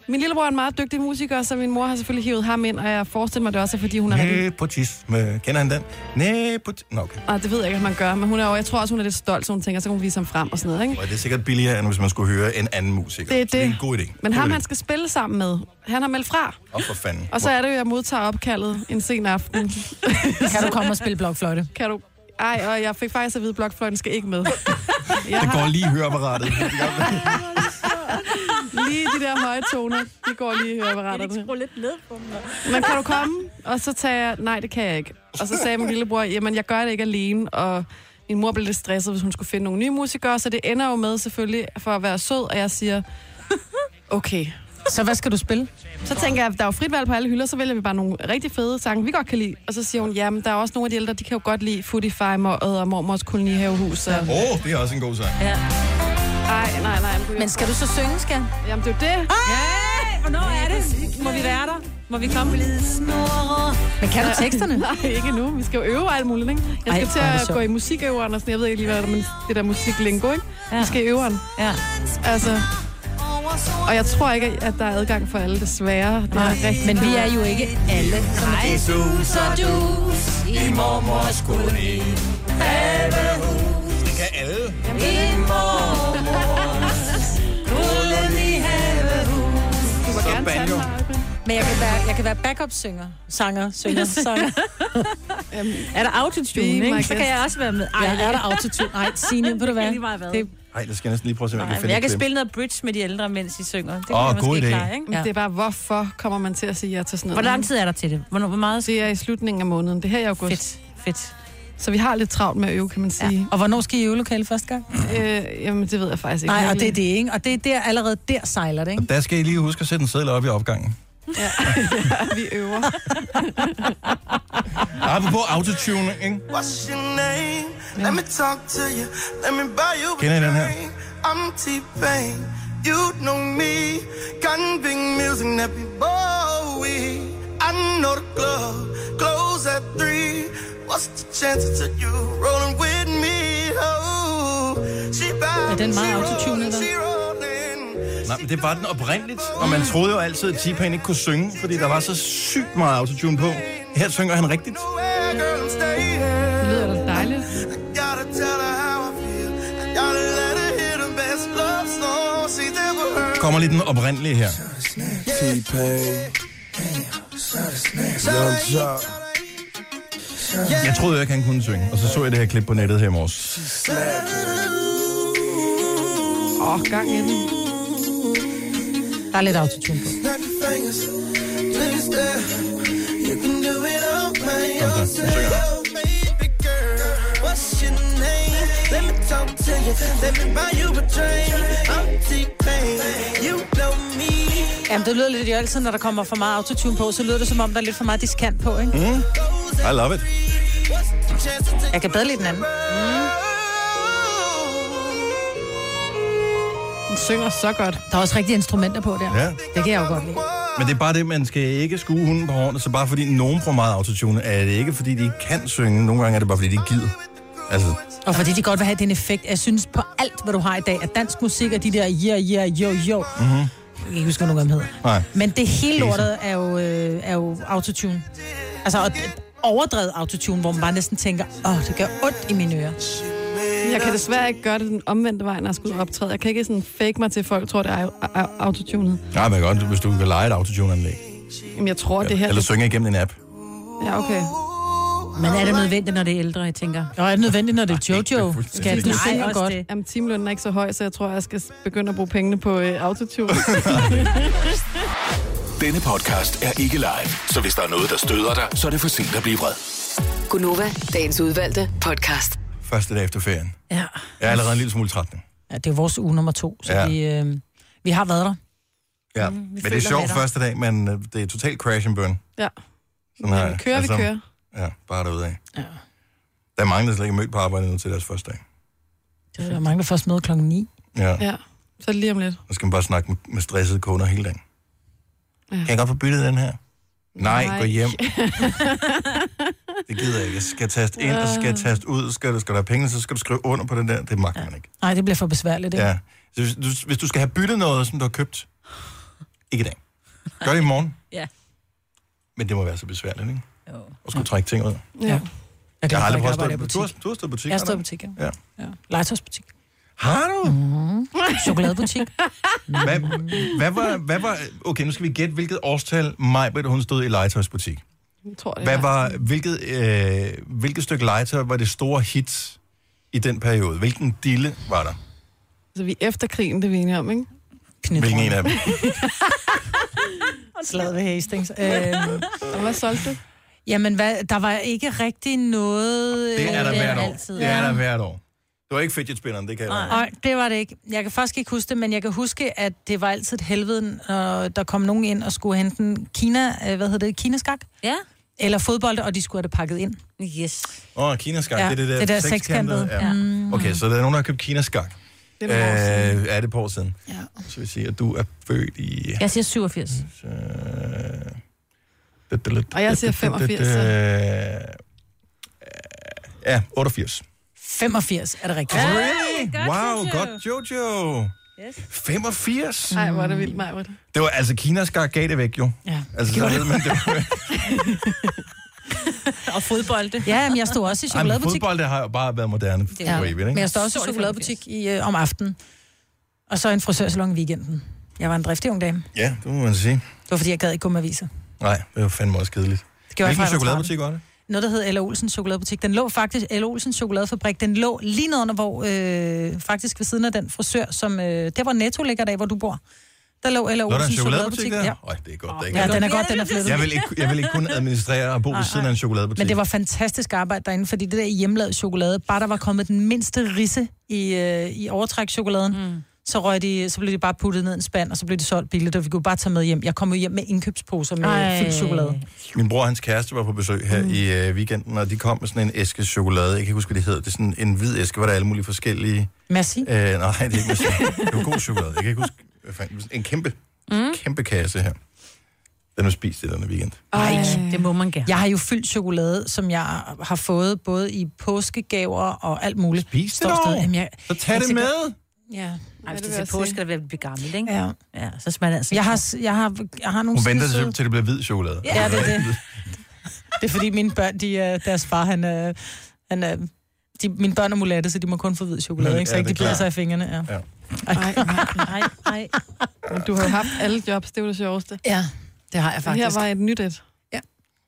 C: min lillebror er en meget dygtig musiker, så min mor har selvfølgelig hivet ham ind, og jeg forestiller mig det også, er, fordi hun er rigtig
A: Hmm. Nepotisme. Kender han den? Nepotisme. Nå, okay.
C: Nej, det ved jeg ikke, at man gør, men hun er jo, jeg tror også, hun er lidt stolt, så hun tænker, så kan hun vise ham frem og sådan noget, ikke?
A: Og det er sikkert billigere, end hvis man skulle høre en anden musiker.
C: Det er
A: Så det er
C: det.
A: en god idé.
C: Men
A: God
C: ham,
A: idé.
C: han skal spille sammen med, han har meldt fra.
A: Åh, for fanden.
C: Og så er det jo, jeg modtager opkaldet en sen aften.
B: Kan du komme og spille blokfløjte?
C: Kan du... Ej, og jeg fik faktisk at vide, at blokfløjten skal ikke med. Jeg
A: Der går
C: har
A: lige høreapparatet.
C: lige de der høje toner. De går lige i høreapparaterne.
D: Skru lidt ned på mig.
C: Men kan du komme? Og så sagde jeg, nej, det kan jeg ikke. Og så sagde min lillebror, jamen, jeg gør det ikke alene, og min mor blev lidt stresset, hvis hun skulle finde nogle nye musikere, så det ender jo med selvfølgelig for at være sød, og jeg siger, okay.
B: Så hvad skal du spille?
C: Så tænker jeg, der er jo frit valg på alle hylder, så vælger vi bare nogle rigtig fede sange, vi godt kan lide. Og så siger hun, jamen, der er også nogle af de ældre, de kan jo godt lide Foodie Farm og, og Mormors Kolonihavehus. Og...
A: Åh, oh, det er også en god sang.
C: Ej, nej, nej. Men,
D: Men skal du så synge, skal?
C: Jamen, det er jo det.
B: Ah,
D: Hey, hvornår er det? Må vi være der? Må vi komme? Øh.
B: Men kan du teksterne?
C: Nej, ikke nu. Vi skal jo øve og alt muligt, ikke? Jeg
B: Ej,
C: skal Ej, til
B: hvor er det
C: at
B: sjovt.
C: gå i musikøveren og sådan. Jeg ved ikke lige, hvad det er, men det der musiklingo, ikke? Ja. Vi skal i øveren.
D: Ja.
C: Altså, og jeg tror ikke, at der er adgang for alle, desværre. Det er rigtigt.
B: Men vi er jo ikke alle. Nej,
A: Jesus og dus i mormors koloni. Havehus. Det kan alle.
C: du må gerne tage
A: banjo.
C: den her, Albin.
B: men jeg kan være, jeg kan være backup-synger. Sanger, synger, sanger.
D: Er der autotune,
C: Be my
D: ikke?
C: guest.
D: Så kan jeg også være med. Ej,
B: Ja, er der autotune? Nej, Signe, ved du hvad?
D: Jeg kan lige meget hvad.
B: Det,
A: Ej, der skal jeg næsten lige prøve at se, om jeg
D: Nej,
A: kan
D: men
A: finde
D: jeg kan
A: et klip.
D: spille noget bridge med de ældre, mens de synger. Det kan
A: Åh,
D: jeg måske
A: god idé.
D: klare, ikke?
C: Men Det er bare, hvorfor kommer man til at sige ja til sådan noget?
D: Hvor lang tid er der til det? Hvornår, hvor meget?
C: Det er i slutningen af måneden. Det er her i august.
D: Fedt, fedt.
C: Så vi har lidt travlt med at øve, kan man sige.
B: og hvornår skal I i øvelokale første gang?
C: Ja. Øh, jamen, det ved jeg faktisk ikke.
B: Nej, og
C: virkelig.
B: det er det, ikke? Og det er der, allerede der sejler det, ikke?
A: Der skal I lige huske at sætte en seddel op i opgangen.
C: Ja, vi øver.
A: Apropos autotune, ikke?
J: What's your name? Let me talk to you. Let me buy you a
A: Kender I den her?
J: drink. I'm T-Pain. You know me. Got big music, Nappy Bowie. I know the club. Close at three. What's the chances of you rolling with me? Oh, she bowing,
B: Er den meget
J: she
B: autotunet,
J: rolling,
B: hva'?
J: she rolling.
A: Nej, men det var den oprindeligt, og man troede jo altid, at T-Pain ikke kunne synge, fordi der var så sygt meget autotune på. Her synger han rigtigt.
J: Nowhere, girl, I'm staying.
C: Det lyder da dejligt.
J: Gotta tell her how I feel.
A: kommer lige den oprindelige her.
K: T-Pain. Young Jock.
A: Jeg troede jo ikke, han kunne synge, og så så jeg det her klip på nettet her i morges.
C: Åh, oh, gang i den.
B: Der er lidt autotune på.
J: Snap your fingers, please there. You can do it all by yourself. Baby girl, what's your name? Let me talk to you. Let me buy you a drink. I'm T-Pain. You know me.
B: Jamen, det lyder lidt i altid, når der kommer for meget autotune på, så lyder det som om, der er lidt for meget diskant på, ikke?
A: Mm. I love it.
B: Jeg kan bedre lide den anden. Mm.
C: Den synger så godt.
B: Der er også rigtige instrumenter på der.
A: Ja.
B: Det kan jeg jo godt lide.
A: Men det er bare det, man skal ikke skue hunden på hårene, så bare fordi nogen bruger meget autotune, er det ikke fordi, de ikke kan synge. Nogle gange er det bare fordi, de ikke gider. Altså,
B: Og fordi de godt vil have den effekt. Jeg synes på alt, hvad du har i dag, at dansk musik og de der yeah, yeah, yo, yo. Mm-hmm. Jeg kan ikke huske, hvad nogen af dem hedder.
A: nej.
B: Men det hele
A: Pisse.
B: lortet er jo, øh, er jo autotune. Altså, og overdrevet autotune, hvor man bare næsten tænker, åh, det gør ondt i mine ører.
C: Jeg kan desværre ikke gøre det den omvendte vej, når jeg skulle optræde. Jeg kan ikke sådan fake mig til, at folk tror, det er au- au- autotunet.
A: Nej, men godt, hvis du kan lege et autotune-anlæg.
C: Jamen, jeg tror, det her...
A: Eller synge igennem en app.
C: Ja, okay.
D: Men er det nødvendigt, når det er ældre, jeg tænker?
B: Og er det nødvendigt, når det er Jojo?
A: fuldstændig
B: Skal du
A: rigtigt.
B: synge
D: også
B: godt?
D: det.
C: Jamen, timelønnen er ikke så høj, så jeg tror, jeg skal begynde at bruge pengene på øh, autotune.
F: Denne podcast er ikke live, så hvis der er noget, der støder dig, så er det for sent at blive vred.
E: Gunova, dagens udvalgte podcast.
A: Første dag efter ferien.
D: Ja.
A: Jeg er allerede en lille smule træt nu.
B: Ja, det er vores uge nummer to, så
A: Ja.
B: ja. vi, øh, vi har været der.
A: Ja. Men det er
D: føler med
A: sjovt
D: dig.
A: første dag, men øh, det er totalt crash and burn.
C: ja.
A: Sådan har jeg.
C: Kører, vi kører.
A: Ja, bare derude af. Ja. Der er mange, der slet ikke er mødt på arbejde nu til deres første dag.
B: Det er der mange, der først møder klokken 9.
A: Ja.
C: Ja. Så lige om lidt.
A: Så skal man bare snakke med, med stressede kunder hele dagen. Ja. Kan jeg godt få byttet den her? Nej,
C: Nej.
A: Nej, gå hjem. det gider jeg ikke. Jeg skal taste ind, og så skal jeg taste ud. Skal du, skal du have penge, så skal du skrive under på den der. Det magter man ikke.
B: Nej, det bliver for besværligt, ikke?
A: Ja. Så hvis, du, hvis du skal have byttet noget, som du har købt, ikke i dag. Gør det i morgen.
D: Ja.
A: Men det må være så besværligt, ikke?
D: Jo.
A: Og skulle trække ting ud. Jeg,
C: Ja.
B: Jeg,
A: har aldrig
B: jeg
A: prøvet
B: arbejder i
A: at stå
B: butik.
A: Du har stået i butik.
B: Jeg har
A: har
B: stået
A: du?
B: i butik, ja.
A: Ja.
B: Legetøjsbutik.
A: Har du? Mm.
B: Chokoladebutik.
A: Hvad, hvad, var, hvad var... Okay, nu skal vi gætte, hvilket årstal Majbrit, hun stod i legetøjsbutik.
C: Jeg tror, det
A: Hvad
C: er.
A: var, hvilket, øh, hvilket stykke legetøj var det store hit i den periode? Hvilken dille var der?
C: Så Altså, vi er efter krigen, det er vi enige om, ikke?
A: Hvilken en af dem?
B: Slaget ved Hastings. Øh,
C: Og hvad solgte du?
B: jamen, hvad, der var ikke rigtig noget... øh,
A: Det er der
D: det er
A: hvert år.
D: altid.
A: Det er der hvert år. Det var ikke fidget spinneren, det kan jeg
D: Nej.
A: love.
B: Nej, det var det ikke. Jeg kan faktisk ikke huske det, men jeg kan huske, at det var altid et helvede, når der kom nogen ind og skulle hente en Kina, øh, hvad hedder det, kinaskak,
D: Ja.
B: eller fodbold, og de skulle have det pakket ind.
D: Yes.
A: Åh, oh, kinaskak,
B: Ja,
A: det er det der,
B: det der
A: sekskantede.
B: sekskantede.
A: Ja. Okay, så der er nogen, der har købt kinaskak.
C: Det
A: Øh,
C: er nogle år siden.
A: er det på år siden?
B: Ja.
A: Så vi siger, at du er født i...
D: Jeg siger 87.
A: Øh, da, da, da,
C: Og jeg siger
A: da, da, da,
C: 85,
A: da.
C: så.
A: øh, Ja, 88.
B: 85, er det rigtigt? Ja.
A: Really? Wow, godt Jojo.
D: Yes.
A: 85?
C: Ej, hvor er det vildt, Majbrit.
A: Det var altså Kinas skar gav det væk, jo.
B: Ja.
A: Altså, så ved man det. var-
D: Og fodbolde.
B: Ja, men jeg stod også i
A: Ej, men
B: chokoladebutik.
A: fodbold det har jo bare været moderne for
B: Ja.
A: ja. evigt,
B: Men
A: ikke?
B: jeg står
D: Så
B: også i
D: er det
B: chokoladebutik i, øh, om aftenen. Og så en frisørsalon i weekenden. Jeg var en driftig ung dame.
A: Ja, det må man sige.
B: Det var fordi, jeg gad ikke gå med aviser. Det
A: Nej, det var fandme også kedeligt.
B: gjorde jeg,
A: Hvilken
B: fra jeg var 13.
A: chokoladebutik var det?
B: noget, der hed Ella Olsens chokoladebutik. Den lå faktisk, Ella Olsens chokoladefabrik, den lå lige nedenunder, hvor øh, faktisk ved siden af den frisør, som, øh, der hvor Netto ligger der, hvor du bor. Der lå Ella
A: Lå der en
B: Olsens
A: chokoladebutik
B: chokoladebutik.
A: der?
B: Ja.
A: Øj, det er godt, der ikke
B: ja,
A: er.
B: den er godt, den er flyttet.
A: Jeg vil, ikke, jeg vil ikke kun administrere og bo ved siden af en chokoladebutik.
B: Men det var fantastisk arbejde derinde, fordi det der hjemlavede chokolade, bare der var kommet den mindste risse i, øh, i overtrækchokoladen, mm. så, røg de, så blev de bare puttet ned i en spand, og så blev det solgt billigt, og vi kunne bare tage med hjem. Jeg kom jo hjem med indkøbsposer med Ej. fyldt chokolade.
A: Min bror og hans kæreste var på besøg her mm. i øh, weekenden, og de kom med sådan en æske chokolade. Jeg kan ikke huske, hvad det hedder. Det er sådan en hvid æske, hvor der er alle mulige forskellige...
B: Merci.
A: Øh, nej, det er ikke Michelin. Det var god chokolade. Jeg kan ikke huske... hvad fanden- En kæmpe, mm. kæmpe kasse her. Den har spist i denne weekend.
D: Nej, det må man gerne.
B: Jeg har jo fyldt chokolade, som jeg har fået både i påskegaver og alt muligt.
A: Spis det
B: Står
A: dog!
B: stadig- Jamen, jeg,
A: Så tag
B: Jeg
A: det
B: tænker-
A: med!
B: ja.
D: Ej, hvis
C: det
D: det
C: vil jeg
D: er
C: sige.
D: påske, der bliver blive gammel, ikke?
B: ja.
D: Ja, så smager det altså.
B: Jeg, har, s- jeg, har, jeg har nogle
A: Hun venter
B: skidesøde-
A: til, til det bliver hvid chokolade.
B: Ja, det er det. Det er fordi mine børn, de, er- deres far, han, er- han er- de, mine børn er mulatte, så de må kun få hvid chokolade,
A: Men,
B: ikke? så
A: ja,
B: ikke
A: det
B: de
A: er
B: bider
A: klart.
B: sig i fingrene. Ja.
A: Ja.
C: Nej, nej,
D: nej.
C: Du har jo haft alle jobs, det er jo det sjoveste.
B: Ja, det har jeg
C: Det her
B: faktisk.
C: var et nyt et.
B: Ja.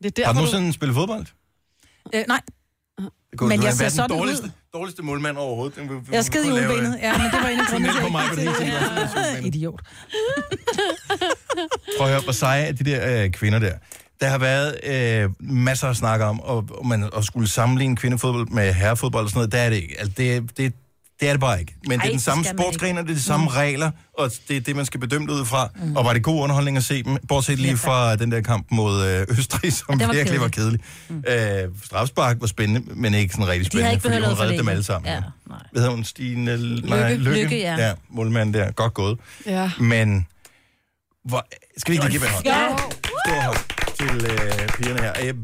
C: Det er der,
A: Har du
C: hvor
A: nogensinde spillet fodbold?
B: Øh, nej.
A: Det
B: Men
A: du
B: jeg
A: have
B: ser
A: været
B: sådan
A: den
B: ud.
A: dårligste, dårligste målmand overhovedet. Den vil- vil-
B: Jeg sked i
A: kunne lave-
B: ubenet. Ja, men det var en af grundene
A: Tunnel på mig, hvor det hele tiden var sådan
B: til, at Idiot.
A: Prøv at høre, hvor seje er de der øh, kvinder der. Der har været øh, masser at snakke om, og, og man og skulle sammenligne kvindefodbold med herrefodbold og sådan noget. Der er det ikke. Altså, det, det, det er det bare ikke. Men Ej, det
L: Ej,
A: er den
L: det
A: samme
L: skal man ikke.
A: sportsgren, og det er de samme mm. regler, og det er det, man skal bedømme det ud fra. Mm. Og var det god underholdning at se dem, bortset lige fra den der kamp mod øh, Østrig, som
D: Og den var
A: virkelig var kedelig. Mm. Øh, strafspark var spændende, men ikke sådan rigtig
D: De har
A: spændende,
D: ikke
A: fordi
D: behøvet
A: hun
D: at
A: reddede dem
D: forlænge.
A: alle sammen.
D: Ja.
A: Hvad hedder hun? Stine L- nej,
D: Lykke. Lykke, ja.
A: ja. målmanden der. Godt gået.
C: Ja.
A: Men hvor... skal vi ikke lige give dem en hånd?
D: Ja.
A: Stor hånd til øh, pigerne her. Jeg,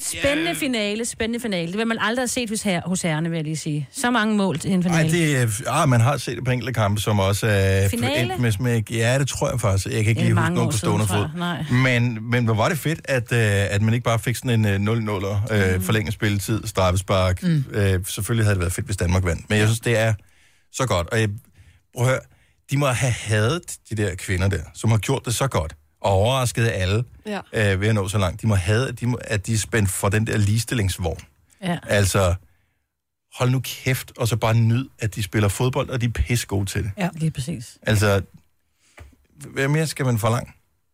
D: Spændende finale, spændende finale. Det vil man aldrig have set hos, her, hos herrene, vil jeg lige sige. Så mange mål til en finale.
A: ej, det er, ah, man har set det på enkelte kampe, som også er
D: Finale?
A: endt med smæk. Ja, det tror jeg faktisk. Jeg kan ikke
D: Det er
A: lige huske
D: mange
A: nogen
D: år
A: på stående
D: siden,
A: fod.
D: tror jeg.
A: Men, men hvor var det fedt, at, øh, at man ikke bare fik sådan en øh, 0-0'er,
D: Mm.
A: øh, forlænget spilletid, straffespark. Mm. Øh, selvfølgelig havde det været fedt, hvis Danmark vandt. Men jeg synes, det er så godt. Og jeg, prøv at høre, de må have hadet de der kvinder der, som har gjort det så godt og overrasket alle
C: Ja.
A: øh, ved at nå så langt. De må have, at de, må, at de er spændt for den der ligestillingsvogn.
D: Ja.
A: Altså, hold nu kæft, og så bare nyd, at de spiller fodbold, og de er pisse gode til det.
B: Ja,
D: lige præcis.
A: Altså, hvad mere skal man forlange?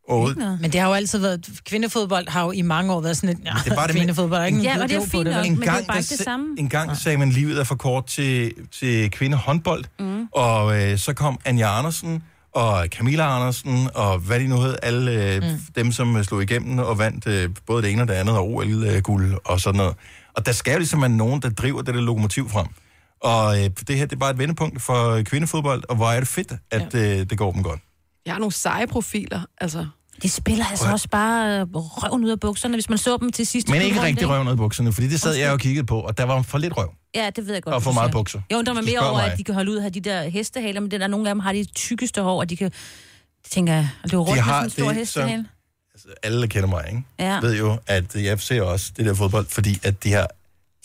A: Overhovedet.
B: Men det har jo altid været, kvindefodbold har jo i mange år været sådan et, det er bare det, kvindefodbold er ikke nogen
D: Ja, og det er
B: idiot på
D: fint nok,
B: vel?
D: men det er jo bare ikke det samme.
A: En gang sagde man, livet er for kort til, til kvindehåndbold, mm. og øh, så kom Anja Andersen, og Camilla Andersen, og hvad de nu hed, alle øh, mm. dem, som øh, slog igennem og vandt øh, både det ene og det andet, og OL-guld og sådan noget. Og der skal jo ligesom være nogen, der driver det der lokomotiv frem. Og øh, det her, det er bare et vendepunkt for kvindefodbold, og hvor er det fedt, at ja. øh, det går dem godt.
C: jeg har nogle seje profiler, altså.
D: De spiller altså også bare øh, røven ud af bukserne, hvis man så dem til sidste
A: Men ikke
D: slutrunde,
A: rigtig røven ud af bukserne, fordi det sad jeg og kiggede på, og der var for lidt røv.
D: Ja, det ved jeg godt.
A: Og for
D: du siger.
A: meget bukser.
D: Jeg undrer mig
A: Hvis du
D: mere
A: spørger
D: over,
A: mig.
D: at de kan holde ud og have de der hestehaler, men det der nogle af dem har de tykkeste hår, og de kan, det tænker jeg, at løbe rundt med
A: har
D: sådan en stor
A: det,
D: hestehale.
A: alle der kender mig, ikke?
D: Ja.
A: ved jo, at jeg ser også det der fodbold, fordi at de har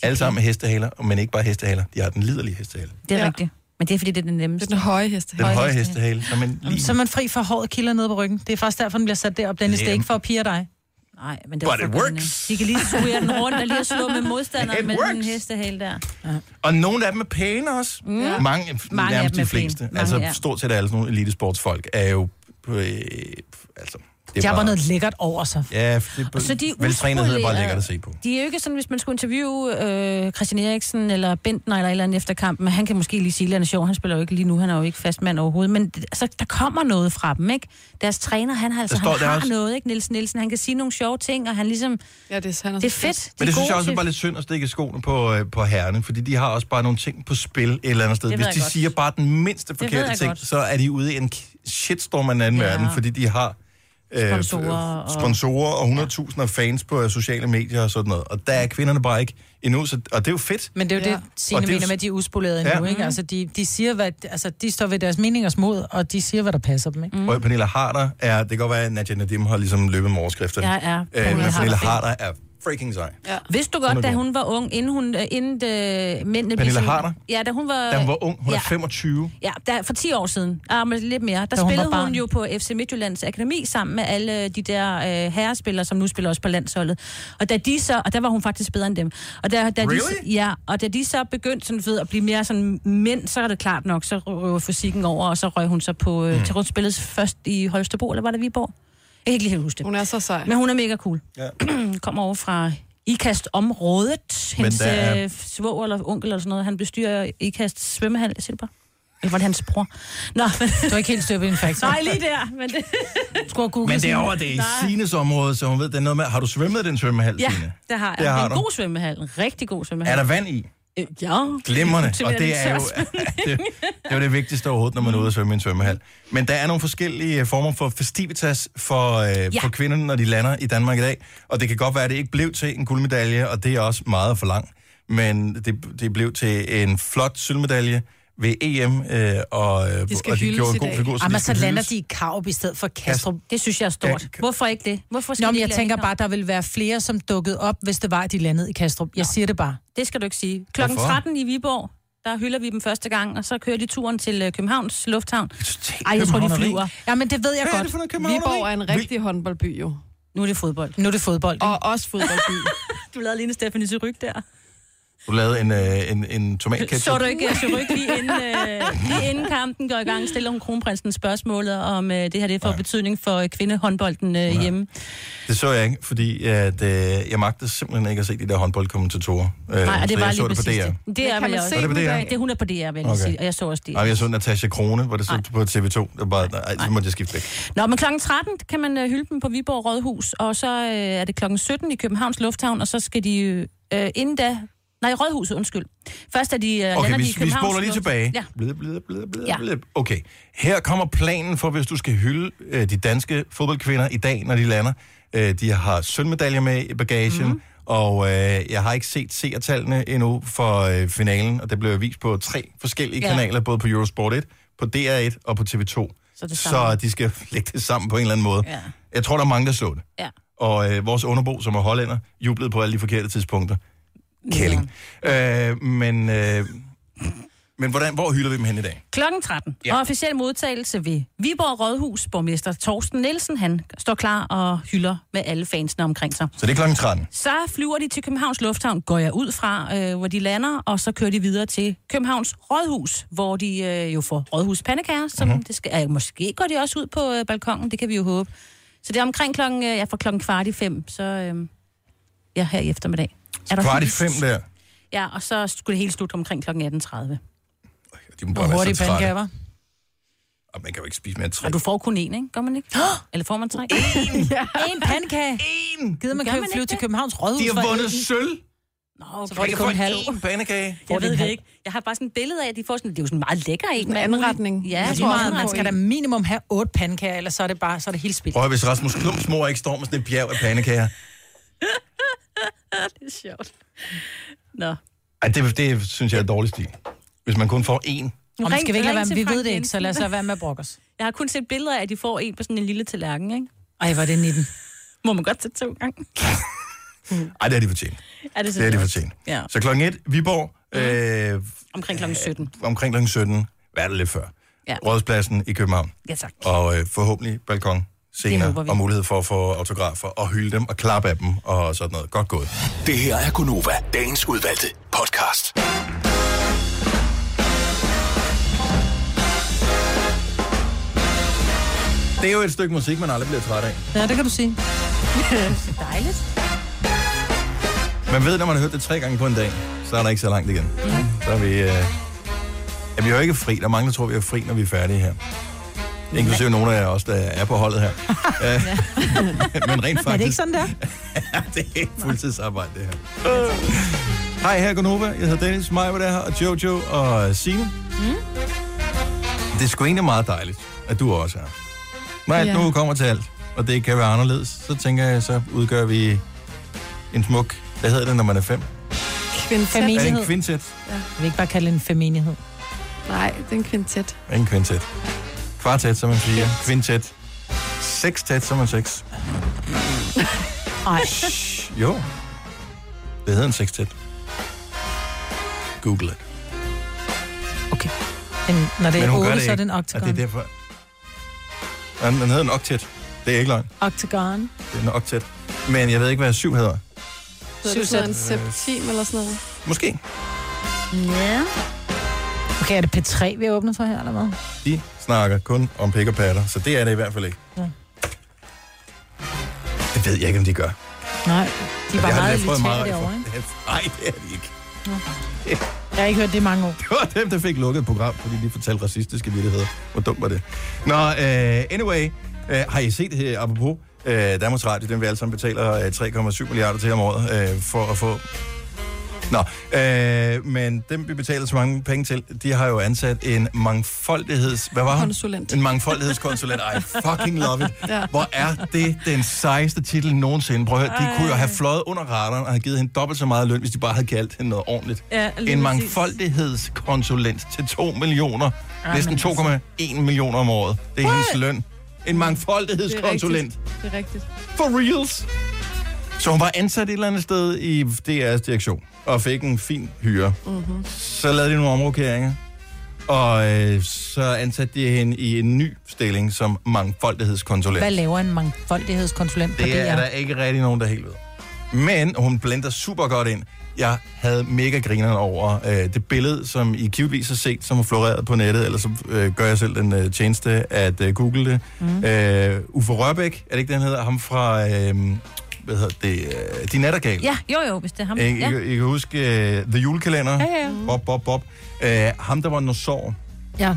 A: alle sammen hestehaler, men ikke bare hestehaler. De har den liderlige hestehale.
D: Det er ja. rigtigt. Men det er, fordi det er den nemmeste. Det er
C: den høje heste.
A: Den høje hestehale, som en lige...
B: Så er man fri for håret kilder nede på ryggen. Det er faktisk derfor, den bliver sat derop, Dennis. Det er
A: Damn.
B: ikke for at pige dig.
D: Nej, men det øh,
A: But it works.
D: De kan lige square den rundt og lige at slå med modstanderen
A: It
D: med den
A: works.
D: hestehale der.
A: Og nogle af dem er pæne også. Mm.
D: Mm.
A: Mange,
D: Ja.
A: Mange
D: Mange af
A: nærmest
D: dem
A: de
D: er pæne.
A: fleste. Mange,
D: Mange,
A: altså
D: ja.
A: stort set alle sådan nogle elitesportsfolk er jo... Øh, altså,
B: Det er bare noget lækkert over sig.
A: Ja, det er
D: Og så de er
A: veltrænethed er bare
D: uspolerede.
A: lækkert at se på.
D: De er jo ikke sådan, hvis man skulle interviewe øh, Christian Eriksen eller Bentner eller et eller andet efter kampen, men han kan måske lige sige, at han er sjov, han spiller jo ikke lige nu, han er jo ikke fast mand overhovedet, men det- altså, der kommer noget fra dem, ikke? Deres træner, han har, altså,
A: står
D: han
A: der
D: har
A: også-
D: noget, ikke? Nielsen Nielsen, han kan sige nogle sjove ting, og han ligesom...
C: Ja, det, han
D: det er fedt.
A: Men det
D: De
A: synes
D: er
A: jeg
D: gode
A: også
D: til-
A: er bare lidt synd at stikke i skoene på, øh, på herrene, fordi de har også bare nogle ting på spil et eller andet sted.
D: Det ved
A: Hvis
D: jeg
A: de
D: godt.
A: siger bare den mindste
D: Det ved
A: forkerte
D: jeg
A: ting,
D: godt.
A: så er de ude i en k- shitstorm af den anden ja.
D: Ja.
A: verden, fordi de har øh, f-
D: Sponsorer og-
A: sponsorer og 100.000 af fans på øh, sociale medier og sådan noget. Og der er kvinderne bare ikke endnu, så, og det er jo fedt.
B: Men det er jo ja. det,
A: Og
B: Signe
A: er jo
B: mener med,
A: s-
B: at de er uspolerede endnu,
A: Ja. Mhm.
B: ikke? Altså, de, de, siger, hvad, altså, de står ved deres meningers mod, og de siger, hvad der passer dem, ikke?
A: Mm. Og Pernille Harder er, det kan godt være, at Nadia Nadim har ligesom løbet med overskrifterne.
D: Ja, ja.
A: Øh, men
D: Pernille
A: Pernille
D: Harder
A: Harder er freaking sej.
D: Ja. Vidste du
A: Hun er
D: godt, da
A: god.
D: hun var ung, inden, hun, øh, inden øh, mændene...
A: Pernille
D: sådan-
A: Harder?
D: Ja, da hun var...
A: Da hun var ung, hun er
D: ja.
A: 25.
D: Ja, der, for 10 år siden. Ah, men lidt mere. Der
B: Da hun var
D: spillede hun,
B: barn.
D: jo på FC Midtjyllands Akademi sammen med alle de der øh, herrespillere, som nu spiller også på landsholdet. Og da de så, og der var hun faktisk bedre end dem. Og da, da de,
M: Really?
D: ja, og da de så begyndte sådan, ved, at blive mere sådan mænd, så er det klart nok, så røver fysikken over, og så røg hun så på... Øh,
A: Mm.
D: mm. Hun spillede først i Holstebro, eller var det Viborg? Jeg kan ikke lige helt huske det.
C: Hun er så sej.
D: Men hun er mega cool.
A: Ja.
D: Kommer over fra IKAST-området.
A: Men
D: Hendes
A: der er-
D: er... svoger eller onkel eller sådan noget, han bestyrer IKAST svømmehal. Jeg siger det bare. Eller var det hans bror? Nå, men...
B: Du er ikke helt styr på din faktor.
D: Nej, lige der. Men det...
B: Skulle have
A: Men det er over det er i Sines område, så hun ved, det er noget med, har du svømmet i den svømmehal,
D: Ja,
A: Signe?
D: det har jeg.
A: Det har
D: en
A: du.
D: god svømmehal. En rigtig god svømmehal.
A: Er der vand i?
D: Øh, Ja.
A: Glimrende.
D: Til
A: Og
D: mere
A: det er jo
D: amatørsvømning.
A: det, det, er jo det vigtigste overhovedet, når man er ude at svømme i en svømmehal. Men der er nogle forskellige øh, former for festivitas for, øh, ja. for kvinderne, når de lander i Danmark i dag. Og det kan godt være, at det ikke blev til en guldmedalje, og det er også meget for langt. Men det, det blev til en flot sølvmedalje ved EM, øh, og, øh, og de gjorde en god figur.
B: Jamen,
A: skal
B: så lander
A: hyldes.
B: de i Karup i stedet for Kastrup.
D: Det synes jeg er stort.
A: Ja,
D: Hvorfor ikke det? Hvorfor skal
B: Nå,
D: de
B: men jeg
D: lade
B: tænker
D: det
B: bare, der vil være flere, som dukkede op, hvis det var, at de landede i Kastrup. Jeg siger det bare.
D: Det skal du ikke sige. Klokken
B: Hvorfor?
D: 13 i Viborg, der hylder vi dem første gang, og så kører de turen til øh, Københavns Lufthavn. Ej, jeg tror, de
B: københavneri.
D: flyver.
B: Ja, men det ved jeg
D: Hvad er
B: godt.
D: det for noget københavneri?
C: Viborg er en rigtig håndboldby jo.
B: Nu er det fodbold. Nu er det fodbold.
C: Og også fodboldby.
D: du lavede lige en Stephanie Ryg der.
A: Du lavede en, øh, en, en tomatketchup.
D: Så du ikke øh, Suryk lige inden, øh, lige inden kampen går i gang, stiller hun kronprinsen spørgsmålet om øh, det her det får betydning for øh, kvindehåndbolden øh, hjemme.
A: Det så jeg ikke, fordi at, øh, jeg magtede simpelthen ikke at se de der håndboldkommentatorer. Øh,
D: Nej, og
A: så
D: det var
A: jeg
D: lige
A: så det på
D: præcis
A: DR.
D: det. Det er vel også.
A: Var det på DR?
D: Det, hun er på DR, vil jeg
A: Okay.
D: okay. sige, og jeg så også det.
A: Nej, jeg så Natasha Krone, hvor det så på TV2. Det var bare, nej, så måtte jeg skifte væk.
D: Nå, men klokken 13 kan man øh, hylde dem på Viborg Rådhus, og så øh, er det klokken 17 i Københavns Lufthavn, og så skal de øh, inden da... Nej, Rådhuset, undskyld. Først er de, øh, lander
A: Okay, vi,
D: de i
A: vi
D: Københavns
A: spoler lige
D: Lufthavn.
A: tilbage.
D: Ja.
A: Blip, blip, blip, blip,
D: Ja.
A: blip. Okay, her kommer planen for, hvis du skal hylde øh, de danske fodboldkvinder i dag, når de lander. Øh, de har sølvmedaljer med i bagagen,
D: Mhm.
A: mm. og øh, jeg har ikke set seertallene endnu for øh, finalen, og det blev vist på tre forskellige
D: Ja.
A: ja. kanaler, både på Eurosport 1, på DR1 og på TV2.
D: Så, det
A: så
D: samler.
A: de skal lægge det sammen på en eller anden måde.
D: Ja.
A: Jeg tror, der er mange, der så det.
D: Ja.
A: Og øh, vores underbo, som er hollænder, jublede på alle de forkerte tidspunkter. Kælling. Øh, men øh, men hvordan, hvor hylder vi dem hen i dag?
D: Klokken 13. Ja.
A: Ja.
D: Og officiel modtagelse ved Viborg Rådhus. Borgmester Torsten Nielsen, han står klar og hylder med alle fansene omkring sig.
A: Så det er klokken 13.
D: Så flyver de til Københavns Lufthavn, går jeg ud fra, øh, hvor de lander, og så kører de videre til Københavns Rådhus, hvor de øh, jo får rådhuspandekager, som
A: Mhm.
D: mm-hmm. det skal, øh, måske går de også ud på øh, balkongen, det kan vi jo håbe. Så det er omkring klokken, øh, ja, fra klokken kvart i fem, så øh, ja, her i eftermiddag. Er der
A: Kvart i
D: hyldest?
A: fem der.
D: Ja, og så skulle det hele slutte omkring klokken 18.30.
A: De må
B: Hvor
A: bare være
B: hurtige
A: så trætte.
B: pandekager,
A: Og man kan jo ikke spise mere end tre.
D: Og du får kun én, ikke? Gør man ikke? Eller får man tre?
B: ja. En pandekage.
A: En.
B: Gider man
D: Gør
B: købe
D: man
B: flyve
D: ikke
B: til
D: det?
B: Københavns Rådhus?
A: De har
B: for
A: vundet
B: en.
A: sølv.
D: Nå,
B: får de kun en halv.
A: en pandekage.
D: Jeg ved
B: en
D: det
B: halv.
D: ikke. Jeg har bare sådan et billede af, at de får sådan, det er jo sådan meget lækker en.
C: En
D: med
C: anretning.
D: Ja,
C: Jeg
B: Jeg
D: jeg
B: tror,
D: tror,
B: meget, man skal da
D: da...
B: minimum have otte pandekager, ellers så er det bare, så er det helt spildt.
A: Prøv at, hvis Rasmus Klums mor ikke står med sådan et bjerg af pandekager.
D: Det er sjovt. Nå.
A: Ej, det, det synes jeg er dårlig stil. Hvis man kun får én.
B: Og man skal vi ikke lade være med,
D: til
B: vi ved
D: Frank
B: det ikke,
D: Jensen.
B: så lad os lade være med at brokke os.
D: Jeg har kun set billeder af, at de får en på sådan en lille tallerken, ikke?
B: Ej, hvor er det 19.
D: Må man godt tage to gange?
A: Ej, det har de fortjent.
D: Er det så
A: Det har de
D: sjovt?
A: fortjent.
D: Ja.
A: Så klokken 1, Viborg,
B: Mhm.
A: øh,
D: Omkring klokken 17.
A: omkring klokken 17, hvad er det lidt før?
D: Ja.
A: Rådspladsen i København.
D: Ja, tak.
A: og øh, forhåbentlig balkon
D: Det
A: senere,
D: håber vi.
A: og mulighed for at få autografer og hylde dem og klappe af dem og sådan noget. Godt gået.
F: Det her er Gunova, dagens udvalgte podcast.
A: Det er jo et stykke musik, man aldrig bliver træt af.
B: Ja, det kan du sige.
D: Dejligt.
A: Man ved, når man har hørt det tre gange på en dag, så er der ikke så langt igen. Så er vi... Øh... Ja, vi er jo ikke fri. Der er mange, der tror, vi er fri, når vi er færdige her. Inklusive nogle af jer også, der er på holdet her. Øh, Men rent faktisk...
B: Er det ikke sådan der?
A: det er et fuldtidsarbejde, det her. Hej, her er Gunova. Jeg hedder Dennis, mig var der her, og Jojo og Signe. Mm. Det er sgu egentlig meget dejligt, at du også er her. Når alt
C: Ja.
A: nu kommer til alt, og det kan være anderledes, så tænker jeg, så udgør vi en smuk... Hvad hedder det, når man er fem?
C: Kvintet.
A: Er det en
B: Feminighed.
A: kvintet?
B: Vil vi ikke bare kalde det en feminighed?
C: Nej, det er en kvintet.
A: Er det en kvintet? Kvartet, som man siger. Kvintet. Sextet, som man seks.
B: Ej.
A: Jo. Det hedder en sextet. Google det.
B: En, når det
A: Men
B: er
A: hun gør
B: 8,
A: det
B: så er
A: ikke.
B: det en
A: Og
B: octagon.
A: det er derfor... Han, han hedder en oktet. Det er ikke løgn.
B: Octagon.
A: Det er en oktet. Men jeg ved ikke, hvad syv hedder.
C: Så er det sådan en septim eller sådan noget.
A: Måske.
D: Ja.
B: Okay, er det P3, vi har åbnet for her, eller hvad?
A: De snakker kun om pik og patter, så det er det i hvert fald ikke.
B: Ja.
A: Det ved jeg ikke, om de gør.
B: Nej, de var
A: Jeg har
B: meget
A: fået
B: elitære
A: ret
B: derovre,
A: for.
B: ikke?
A: Nej, det er de ikke.
B: Jeg har ikke hørt det i mange år.
A: Det var dem, der fik lukket et program, fordi de fortalte racistiske vittigheder. Hvor dumt var det. Nå, uh, anyway. Uh, har I set, uh, apropos uh, Danmarks Radio, den vi alle sammen betaler uh, 3,7 milliarder til om året, uh, for at få... Nå, uh, men dem, vi betaler så mange penge til, de har jo ansat en mangfoldigheds... Hvad var hun?
C: Konsulent.
A: En mangfoldighedskonsulent. I fucking love it.
C: Ja.
A: Hvor er det den sejeste titel nogensinde? Prøv at høre, de kunne jo have fløjet under radaren og have givet hende dobbelt så meget løn, hvis de bare havde kaldt hende noget ordentligt.
D: Ja, lige
A: en
D: præcis.
A: mangfoldighedskonsulent til 2 millioner. næsten 2,1 millioner om året. Det er hendes løn. En
C: Det er
A: mangfoldighedskonsulent.
C: rigtigt. Det er rigtigt.
A: For reals. Så hun var ansat et eller andet sted i DR's direktion. og fik en fin hyre.
J: Mm-hmm.
A: Så lavede de nogle omrokeringer, og øh, så ansatte de hende i en ny stilling som mangfoldighedskonsulent.
B: Hvad laver en mangfoldighedskonsulent på
A: Det er
B: DR?
A: der ikke rigtig nogen, der helt ved. Men hun blender super godt ind. Jeg havde mega grineren over øh, det billede, som I givetvis har set, som har floreret på nettet, eller så øh, gør jeg selv den øh, tjeneste at øh, google det. Mm. Øh, Uffe Rørbæk, er det ikke den, han hedder? Ham fra, øh, hvad hedder det, øh, Din Nattergal. Øh,
D: Ja, jo jo, hvis det er ham.
A: I,
D: Ja.
A: I, I kan huske uh, The Julekalender.
D: Ja, ja, ja.
A: Bob, Bob, Bob. Uh, ham, der var nosår,
B: Ja.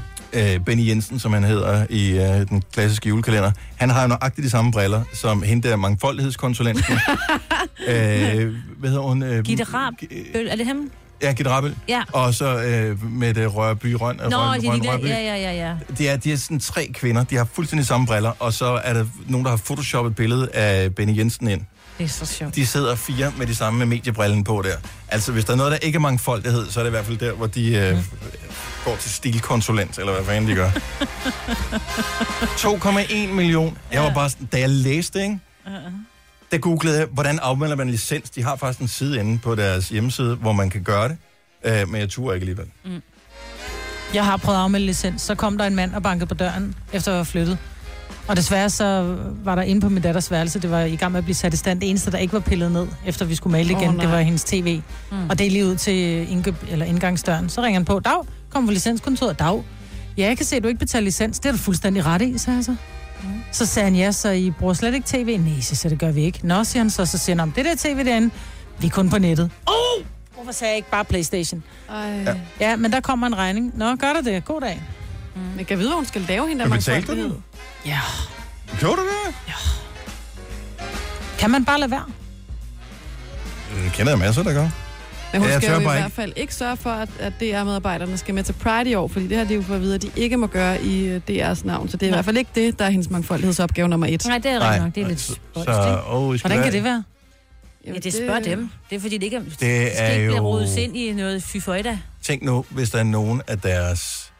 A: uh, Benny Jensen, som han hedder i uh, den klassiske julekalender, han har jo nøjagtigt de samme briller, som hende der mangfoldighedskonsulenten. uh, hvad hedder hun? Uh,
D: Gitte Raab, Bøl, er det ham?
A: Ja, Gitte Rappel.
D: Ja.
A: Og så uh, med det Rørby Røn.
D: Nå,
A: Røn,
D: de,
A: Røn,
D: de der,
A: Rørby.
D: ja, ja, ja, ja.
A: Det er, de er sådan tre kvinder, de har fuldstændig samme briller, og så er der nogen, der har photoshoppet et billede af Benny Jensen ind.
D: Det er så sjovt.
A: De sidder fire med de samme mediebrillen på der. Altså, hvis der er noget, der ikke er mangfoldighed, så er det i hvert fald der, hvor de øh, går til stilkonsulent, eller hvad fanden de gør. 2,1 million. Jeg var bare sådan, da jeg læste, ikke? Der googlede jeg, hvordan afmelder man licens. De har faktisk en side inde på deres hjemmeside, hvor man kan gøre det. Øh, men jeg turde ikke alligevel.
B: Jeg har prøvet at afmelde licens. Så kom der en mand og bankede på døren, efter jeg var flyttet. Og desværre så var der inde på min datters værelse, det var i gang med at blive sat i stand. Det eneste, der ikke var pillet ned, efter vi skulle male
D: Åh,
B: igen, oh,
D: nej.
B: det var hendes tv.
D: Mm.
B: Mm. Og det er lige ud til indkøb, eller indgangsdøren. Så ringer han på, Dag, kom på licenskontoret, Dag. Ja, jeg kan se, at du ikke betaler licens. Det er du fuldstændig ret i, sagde jeg så. Mm. Så sagde han, ja, så I bruger slet ikke tv? Nej, så det gør vi ikke. Nå, siger han så, så siger han, om det der tv derinde, vi er kun på nettet. Oh! Hvorfor sagde jeg ikke bare Playstation?
C: Ej.
B: Ja, men der kommer en regning. Nå, gør der det. God dag. Mm.
C: Men kan vide, hvad hun skal lave hende,
A: Men betalte du den?
B: Ja.
A: Gjorde du det?
B: Kan man bare lade være?
A: Det Øh, kender jeg masser, der gør.
C: Men hun
A: Ja,
C: ja,
A: jeg
C: skal jo
A: tør
C: i
A: bare
C: hvert fald ikke sørge for, at, at DR-medarbejderne skal med til Pride i år, fordi det har de jo fået at vide, at de ikke må gøre i øh, DR's navn. Så det er i hvert fald ikke det, der er hendes mangfoldighedsopgave nummer et.
D: Nej, det er
A: Nej.
D: rigtigt nok. Det er lidt
A: Så-
D: spøjst,
A: Så,
D: ikke?
A: oh,
B: være?
D: Ja, det spørger dem. Det er fordi, det ikke er, det
A: er
D: skal ikke blive
A: jo-
D: rodet ind i noget fyføjda.
A: Tænk nu, hvis der er nogen af deres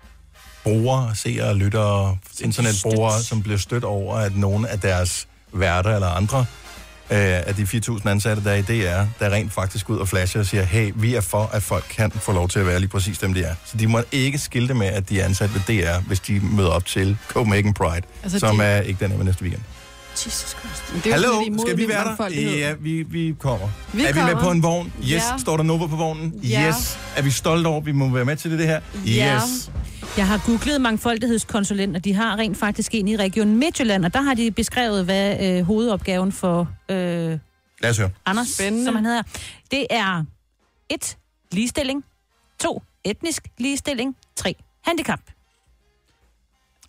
A: brugere, seere, lyttere, internetbrugere, som bliver stødt over, at nogen af deres værter eller andre øh, af de 4.000 ansatte, der er i DR, der rent faktisk går ud og flasher og siger, hey, vi er for, at folk kan få lov til at være lige præcis dem, de er. Så de må ikke skilte med, at de er ansat ved DR, hvis de møder op til Copenhagen Pride,
C: Altså,
A: altså, som
C: de-
A: de... er ikke den her næste weekend.
D: Jesus Christ.
C: Men det er jo sådan
A: Hallo,
C: lidt imod
A: skal vi
C: min
A: være der?
C: mangfoldighed.
A: Ja, vi, vi kommer.
C: Vi
A: er vi med
C: kommer.
A: på en vogn? Yes.
C: Ja.
A: Står der Nova på vognen?
D: Ja.
A: Yes. Er vi stolte over, at vi må være med til det, det her? Yes.
D: Jeg har googlet mangfoldighedskonsulent, og de har rent faktisk en i Region Midtjylland, og der har de beskrevet, hvad øh, hovedopgaven for øh,
A: Lad os høre.
D: Anders, Spændende. som han hedder, det er 1. Ligestilling. 2. Etnisk ligestilling. 3. Handicap.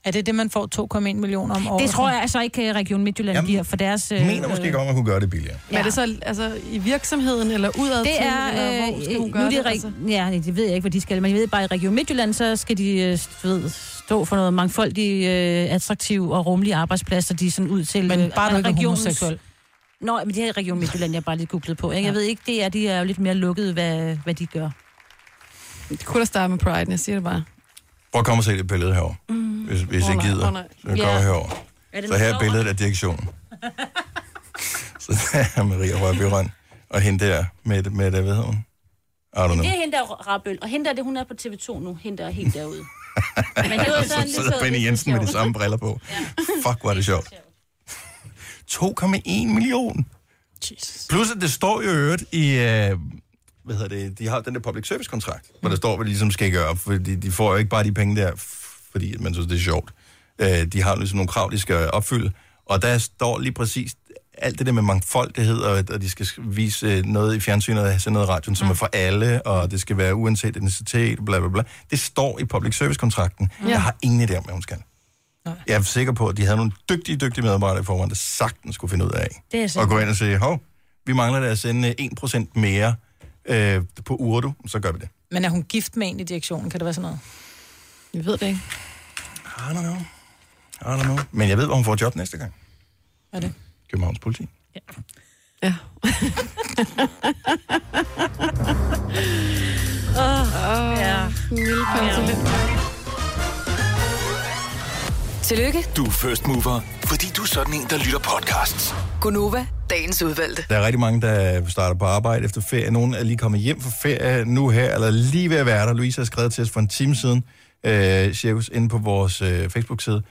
B: Er det det, man får 2,1 millioner om året?
D: Det tror jeg altså ikke øh, Region Midtjylland Jamen, giver for deres...
C: Øh.
D: øh,
A: Jeg mener måske godt, man kunne gøre det billigere.
C: Men er det så altså, i virksomheden eller udad
D: Det
C: til,
D: er,
C: eller hvor skal
D: øh,
C: hun
D: nu
C: gøre
D: er det,
C: det?
D: reg-
C: Altså?
D: ja, det ved jeg ikke, hvad de skal, men jeg ved bare, at i Region Midtjylland, så skal de øh, du ved, stå for noget mangfoldig, øh, attraktiv og rummelig arbejdsplads, så de er sådan ud til
B: Men
D: øh,
B: bare du ikke er
D: regionens-
B: homoseksuel.
D: Nå, men det her i Region Midtjylland, jeg bare lidt googlet på. Ikke? Jeg ved ikke, det er, de er jo lidt mere lukkede, hvad, hvad de gør.
C: Det kunne da starte med Pride, jeg siger det bare.
A: Prøv at komme og se det billede herover, mm. hvis, hvis
C: Åh,
A: oh, I
C: nej.
A: gider.
C: Åh, nej.
A: så kommer
D: Ja.
A: yeah. herover.
D: Er det
A: Så
D: noget
A: her er
D: sjovt?
A: billedet af direktionen. så der er Maria Rørby Røn, og hende der med, med hvad hedder hun? I don't know.
D: Det er hende der Rabøl, og hende der, det, hun er på TV2 nu, hende der er helt derude. Men det var
A: Og
D: sådan
A: så
D: lidt
A: sidder
D: så-
A: Benny Jensen med de
D: sjovt.
A: samme briller på. Fuck, hvor er det sjovt. 2,1 million.
B: Jesus.
A: Plus, at det står jo i øvrigt i... Øh, hvad hedder det? De har den der public service kontrakt, hvor
B: Mm.
A: der står, hvad de ligesom skal gøre. Fordi de får jo ikke bare de penge der, f- fordi man synes, det er sjovt. Øh, de har jo ligesom nogle krav, de skal opfylde. Og der står lige præcis alt det der med mangfoldighed, og at og de skal vise øh, noget i fjernsynet og sende noget i radioen, som
B: Mm.
A: er for alle, og det skal være uanset etnicitet, bla bla bla. Det står i public service-kontrakten.
B: Ja.
A: Ja. Jeg har ingen idé om, hvad hun skal.
B: Nej.
A: Jeg er sikker på, at de havde nogle dygtige, dygtige medarbejdere i forvejen, der sagtens skulle finde ud af.
D: Det er
A: og
D: sikkert.
A: gå ind og sige, hov, vi mangler da at sende øh, 1% mere øh, på Urdu, så gør vi det.
B: Men er hun gift med en i direktionen? Kan det være sådan noget?
C: Jeg ved det ikke.
A: I don't know. I don't know. Men jeg ved, hvor hun får job næste gang.
B: Er det?
A: Københavns politi.
D: Åh, ja.
C: Lille konsulent.
E: Tillykke,
F: Du er first mover, fordi du er sådan en, der lytter podcasts.
E: Gunova, dagens udvalgte.
A: Der er rigtig mange, der starter på arbejde efter ferie. Nogle er lige kommet hjem fra ferie nu her, eller lige ved at være der. Louise har skrevet til os for en time siden, øh, cirkus, inde på vores øh, Facebook-side,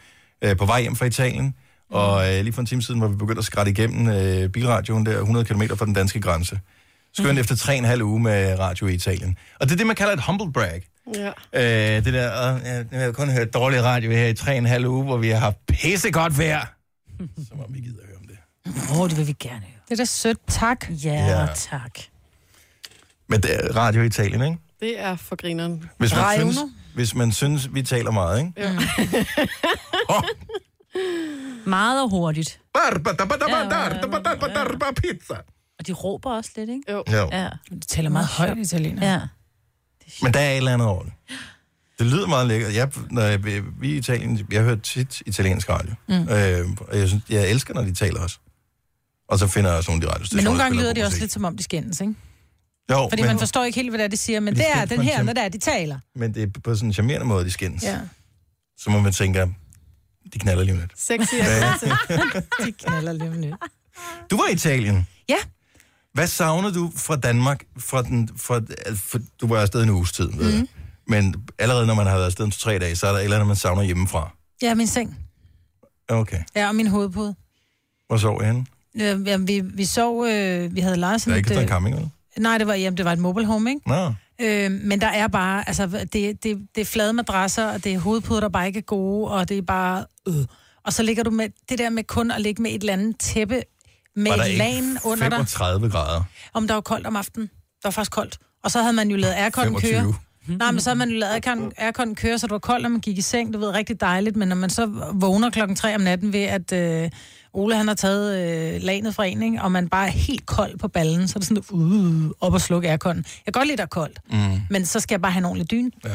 A: øh, på vej hjem fra Italien. Og øh, lige for en time siden var vi begyndt at skrætte igennem øh, bilradioen der, 100 km fra den danske grænse. Skønt efter tre og en halv uge med radio i Italien. Og det er det, man kalder et humble brag.
C: Ja.
A: Øh, det der, øh, jeg har jeg kun hørt dårlig radio her i tre og en halv uge, hvor vi har haft pissegodt vejr.
D: Åh, oh, det vil vi gerne høre.
B: Det er da sødt. Tak.
D: Ja,
A: Ja.
D: ja. tak.
A: Men det er radio i Italien, ikke?
C: Det er for grineren.
A: Hvis man,
C: Revner.
A: synes, hvis man synes, vi taler meget, ikke?
C: Ja.
D: Meget og hurtigt.
A: Pizza.
D: Og de råber også lidt, ikke?
C: Jo.
A: Jo.
D: Ja.
B: De taler meget højt, italiener.
D: Ja.
A: Men der er et eller andet over det. Det lyder meget lækkert. Jeg, når jeg, vi i Italien, jeg hører tit italiensk radio. Mm. Øh, og jeg, synes, jeg elsker, når de taler også. Og så finder jeg også nogle af de radiostationer.
B: Men nogle
A: der
B: gange
A: spiller
B: lyder
A: god
B: det også
A: musik.
B: lidt som om, de skændes, ikke?
A: Jo,
B: Fordi
A: men,
B: man forstår ikke helt, hvad det er, de siger, men
A: Men de
B: det er
A: skændes på
B: den
A: en
B: her,
A: time.
B: den der, de taler.
A: men det er på sådan en charmerende måde, de skændes.
B: Ja.
A: Så må man tænke, de knaller lige om lidt.
C: Sexy
A: er Ja.
B: De knaller lige om lidt.
A: Du var i Italien.
B: Ja.
A: Hvad savner du fra Danmark? Fra den, fra, altså, for, du var afsted en uges tid, ved
B: Mhm.
A: mm. Men allerede når man har været afsted en to-tre dage, så er der et eller andet, man savner hjemmefra.
B: Ja, min seng.
A: Okay.
B: Ja, og min hovedpude.
A: Hvor sov I henne?
B: Øh, ja, vi, vi sov, øh, vi havde lejet
A: Der er
B: sådan
A: ikke
B: et...
A: sådan en
B: øh,
A: camping, eller?
B: nej, det var, jamen, det var et mobile home, ikke?
A: Nå.
B: Øh, men der er bare, altså, det, det, det er flade madrasser, og det er hovedpuder, der bare ikke er gode, og det er bare... Øh. Og så ligger du med det der med kun at ligge med et eller andet tæppe med
A: Var der
B: et
A: ikke
B: lagen under dig.
A: 35 grader.
B: Om der var koldt om aftenen. Der var faktisk koldt. Og så havde man jo lavet airconen
A: 25.
B: køre. Nej, men så havde man jo lavet aircon- airconen køre, så det var koldt, og man gik i seng. Det var rigtig dejligt, men når man så vågner klokken 3 om natten ved, at øh, Ole han har taget øh, lanet fra en, ikke? og man bare er helt kold på ballen, så er det sådan, uh, op og slukke airconen. Jeg kan godt lide, der er koldt,
A: Mm.
B: men så skal jeg bare have en ordentlig dyne.
A: Ja.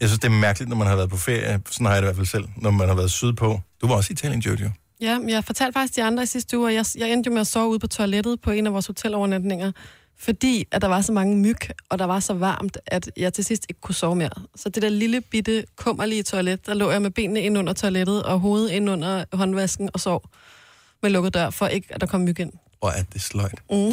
A: Jeg synes, det er mærkeligt, når man har været på ferie. Sådan har jeg det i hvert fald selv, når man har været sydpå. Du var også i Italien, Jojo.
C: Ja, men jeg fortalte faktisk de andre i sidste uge, at jeg, jeg endte jo med at sove ude på toilettet på en af vores hotelovernatninger, fordi at der var så mange myg, og der var så varmt, at jeg til sidst ikke kunne sove mere. Så det der lille bitte kummerlige toilet, der lå jeg med benene ind under toilettet og hovedet ind under håndvasken og sov med lukket dør, for ikke at der kom myg ind.
A: Og at det er sløjt.
C: Mm.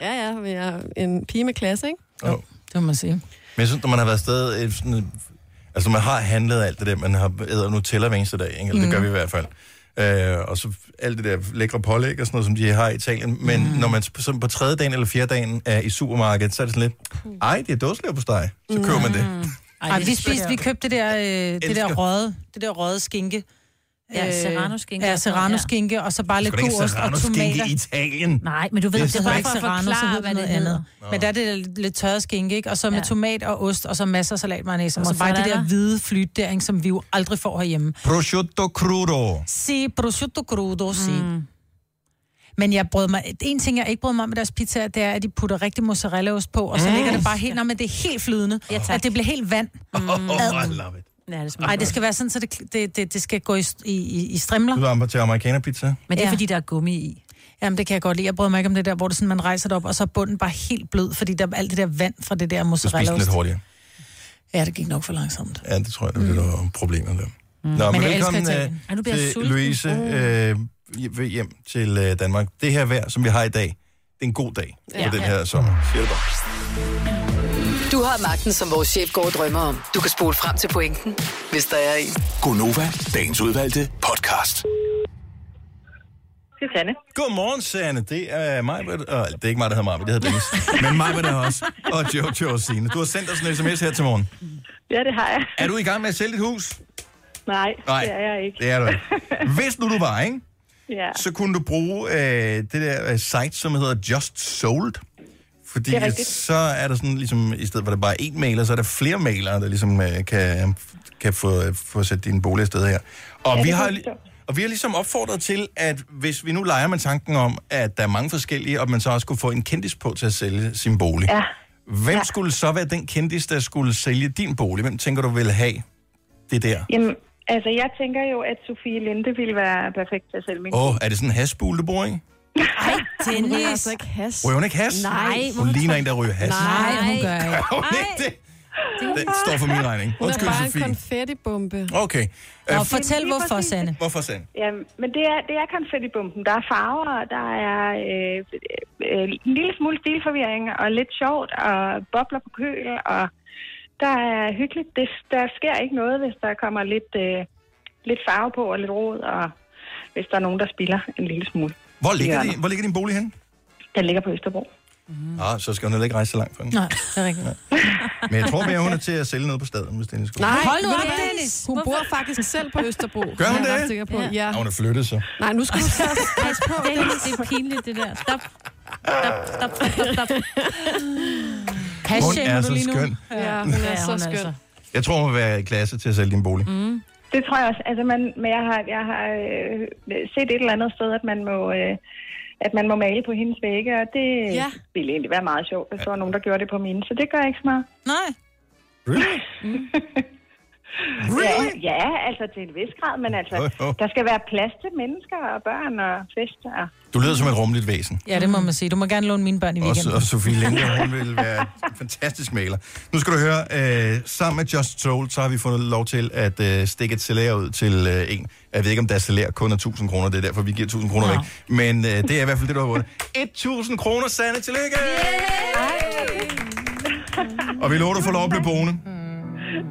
C: ja, ja, men jeg er en pige med klasse, ikke?
A: Jo.
B: Det må man sige.
A: Men jeg synes, når man har været afsted... et Sådan, altså, man har handlet alt det der. Man har æder Nutella hver eneste dag, ikke? Eller, mm. det
L: Mm.
A: gør vi i hvert fald. Øh, og så alt det der lækre pålæg og sådan noget, som de har i Italien. Men mm. når man sp- sådan på tredje dagen eller fjerde dagen er i supermarkedet, så er det sådan lidt, ej, det er dåslev på steg. Så køber man det.
B: Ej, vi, spiste, vi købte det der, øh, det der røde, det der røde skinke. Øh,
D: Ja, serrano-skinke
B: Ja,
D: og sådan noget,
B: serrano
D: ja.
B: skinke, og så bare
A: Sgu
B: lidt
A: da ikke
B: god ost og
A: serrano-skinke
B: tomater.
A: i Italien.
D: Nej, men du ved, det er bare
B: ikke
D: for at
B: serrano, så
D: forklare,
B: hedder
D: hvad det
B: det noget
D: hedder.
B: andet. Men der er det der lidt tørre skinke, ikke? Og så med
D: Ja.
B: tomat og ost, og så masser af salatmayonnaise, og
D: Og
B: så
D: så
B: bare det
D: baller.
B: der hvide flyt der, ikke? som vi jo aldrig får herhjemme.
A: Prosciutto crudo.
B: Si, prosciutto crudo, si. Mm. Men jeg brød mig... En ting, jeg ikke brød mig om med deres pizza, det er, at de putter rigtig mozzarellaost på, og så
D: Mm.
B: ligger det bare helt... Nå, men det er helt flydende. Ja, at det bliver helt vand.
A: Mm. Oh, I love it.
D: Ja, det smager
B: Nej, det skal være sådan, så det, det, det, det skal gå i, i, i- i strimler.
A: Du var til amerikanerpizza.
D: Men det er,
B: Ja.
D: fordi der er gummi i.
B: Jamen, det kan jeg godt lide. Jeg bryder mig ikke om det der, hvor det sådan, man rejser det op, og så er bunden bare helt blød, fordi der er alt det der vand fra det der
A: Du spiste den
B: mozzarellaost.
A: lidt hurtigere.
B: Ja, det gik nok for langsomt.
A: Ja, det tror jeg, det var det, der var problemet der. Mm.
B: Mm. Men
A: Nå, men,
B: jeg elsker
A: velkommen
B: Italien.
A: øh,
B: Ej, nu bliver jeg
A: til
B: sulten.
A: Louise
B: Mm.
A: øh, hjem- hjem til øh, Danmark. Det her vejr, som vi har i dag, det er en god dag ja.
E: Ja.
A: for den her sommer. Siger det bare.
E: Du har magten, som vores chef går og drømmer om. Du kan spole frem til pointen, hvis der er en.
F: Gonova, dagens udvalgte podcast.
I: Det er Sanne.
A: Godmorgen, Sanne. Det er mig, øh, det er ikke mig, der hedder Marvitt, det hedder Dennis. Men mig, der også. Og Jojo og Signe. Du har sendt os en sms her til morgen.
I: Ja, det har jeg.
A: Er du i gang med at sælge dit hus?
I: Nej,
A: Nej,
I: det er jeg ikke.
A: det er du ikke. Hvis nu du var, ikke?
I: Ja.
A: så kunne du bruge øh, det der øh, site, som hedder Just Sold. Fordi
I: Det er
A: er
I: rigtigt.
A: så er der sådan ligesom, i stedet for at der bare er én maler, så er der flere malere, der ligesom øh, kan, kan få, øh, få sat din bolig afsted her. Og,
I: Ja,
A: vi
I: det
A: har,
I: kan jeg
A: li- og vi har ligesom opfordret til, at hvis vi nu leger med tanken om, at der er mange forskellige, og man så også kunne få en kendis på til at sælge sin bolig.
I: Ja.
A: Hvem ja. skulle så være den kendis, der skulle sælge din bolig? Hvem tænker du vil have det der?
I: Jamen, altså, jeg tænker jo, at Sofie Linde ville være perfekt til at sælge min.
A: Åh, oh, er det sådan en hasbule, du bor i?
I: Ej,
C: Hun ryger altså ikke has.
A: Ryger hun ikke has?
I: Nej,
A: Hun ligner en, der ryger has.
C: Nej, hun gør ikke.
A: Gør hun ikke det? Den står for min regning.
C: Hun er
A: Undskyld,
C: bare en
A: Sofie.
C: konfettibombe.
A: Okay.
B: Nå,
A: Øh,
B: fortæl
L: Lige
B: hvorfor,
L: præcis.
B: Sanne.
A: Hvorfor Sande?
L: Ja, men det er, det er konfettibomben. Der er farver, og der er øh, øh, en lille smule stilforvirring, og lidt sjovt, og bobler på køl, og der er hyggeligt. Det, der sker ikke noget, hvis der kommer lidt, øh, lidt farve på og lidt rod, og hvis der er nogen, der spiller en lille smule.
A: Hvor ligger, de, hvor ligger din bolig henne?
L: Den ligger på Østerbro.
A: Mm. Ah, så skal hun heller ikke rejse så langt for den.
B: Nej, det er rigtigt.
A: Men jeg tror mere, hun er til at sælge noget på stedet, hvis det endelig skulle.
C: Nej,
B: Hold nu
C: ved du
B: op,
C: hvad?
B: Dennis.
C: Hun bor faktisk selv på Østerbro.
A: Gør hun
C: er jeg
A: det?
C: ret sikker På. Ja.
A: Ja. hun er flyttet, så.
C: Nej, nu skal du så
D: Pas på. Det, det er pinligt, det der. Stop. Stop, stop, stop, stop.
A: Hun er så skøn.
C: Ja, hun er altså- så skøn.
A: Jeg tror, hun vil være i klasse til at sælge din bolig.
L: Mm. Det tror jeg også. Altså, man, men jeg har, jeg har øh, set et eller andet sted, at man må... Øh, at man må male på hendes vægge, og det
C: Ja.
L: ja. ville egentlig være meget sjovt, hvis der var nogen, der gjorde det på mine. Så det gør jeg ikke så meget.
B: Nej.
A: Really?
L: Really? Ja, ja, altså til en vis grad, men altså,
A: Oh, oh.
L: der skal være plads til mennesker og børn og fest. Og...
A: Du lyder som et rumligt væsen.
B: Ja, det må man sige. Du må gerne låne mine børn i
A: Også,
B: weekenden.
A: og Sofie Linde, hun vil være en fantastisk maler. Nu skal du høre, øh, sammen med Just Soul, så har vi fået lov til at øh, stikke et salær ud til øh, en. Jeg ved ikke, om deres salær kun er 1000 kroner, det er derfor, vi giver 1000 kroner væk. Men øh, det er i hvert fald det, du har vundet. 1000 kroner, Sanne, tillykke! Og vi lover, du får lov at blive boende.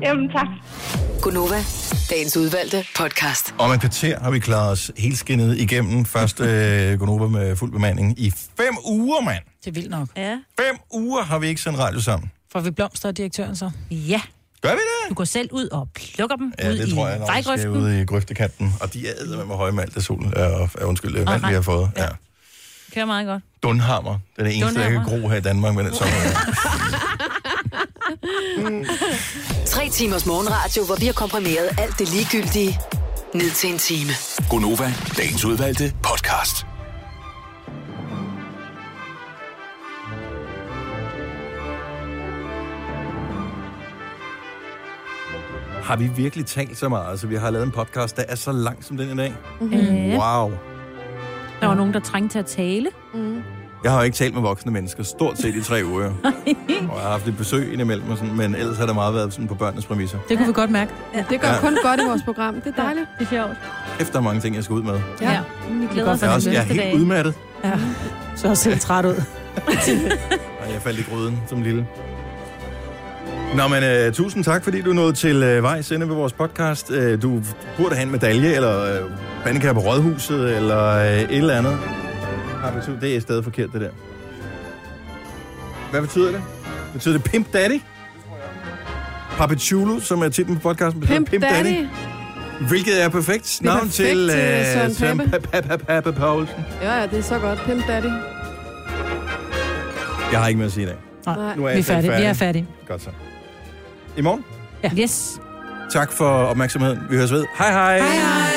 L: Jamen, tak.
E: Gunova, dagens udvalgte podcast.
A: Om et kvarter har vi klaret os helt skinnet igennem første øh, Gonova med fuld bemanding i fem uger, mand.
B: Det er vildt nok.
D: Ja.
A: Fem uger har vi ikke sendt radio sammen.
B: Får vi blomster af direktøren så?
D: Ja.
A: Gør vi det?
D: Du går selv ud og plukker dem
A: Ja,
D: ud
A: det
D: i
A: tror jeg, når vi skal
D: vejgrøften.
A: ude i grøftekanten. Og de er med, med høje med alt det sol, og øh, undskyld, øh, vand, vi har
D: regn.
A: fået. Ja.
D: Det kører meget
B: Mm.
D: godt.
A: Dunhammer. Det er det eneste, jeg kan
D: Dunhammer.
A: gro her i Danmark med den sommer.
E: Tre timers morgenradio, hvor vi har komprimeret alt det ligegyldige ned til en time.
F: Gonova, dagens udvalgte podcast.
A: Har vi virkelig talt så meget? Så vi har lavet en podcast, der er så lang som den i dag.
D: Mhm.
A: Wow.
D: Der var nogen, der trængte til at tale. Mm.
A: Jeg har jo ikke talt med voksne mennesker stort set i tre uger. jo. og jeg har haft lidt besøg indimellem, og sådan, men ellers har det meget været sådan på børnenes præmisser.
B: Det kunne vi godt mærke.
C: Ja. Det gør
A: Ja.
C: kun godt i vores program. Det er dejligt.
D: Det er sjovt.
A: Efter mange ting, jeg skal ud med.
C: Ja. ja.
D: Vi
A: Jeg er, også, jeg er helt udmattet,
B: Ja. Så også helt træt ud.
A: og jeg faldt i gryden som lille. Nå, men uh, tusind tak, fordi du nåede til uh, vej sende ved vores podcast. Uh, du burde have en medalje, eller uh, bandekær på Rådhuset, eller uh, et eller andet. Har betydet, det er stadig forkert, det der. Hvad betyder det? Betyder det Pimp Daddy? Papa Chulo, som er titlen på podcasten, betyder
C: Pimp, Daddy.
A: Hvilket er perfekt
C: Det er
A: navn
C: perfekt
A: til
C: til
A: øh,
C: Søren
A: Søren
C: Pape.
A: Pa- Pa- Pa- Pape Poulsen.
C: Ja, ja, det er så godt. Pimp Daddy.
A: Jeg har ikke mere at sige i dag.
C: Nej.
A: Nu er
B: Vi er
A: jeg selv
B: færdige. Vi
A: færdig.
B: er færdige.
A: Godt så. I morgen.
B: Ja.
D: Yes.
A: Tak for opmærksomheden. Vi høres ved. Hej hej. Hej hej.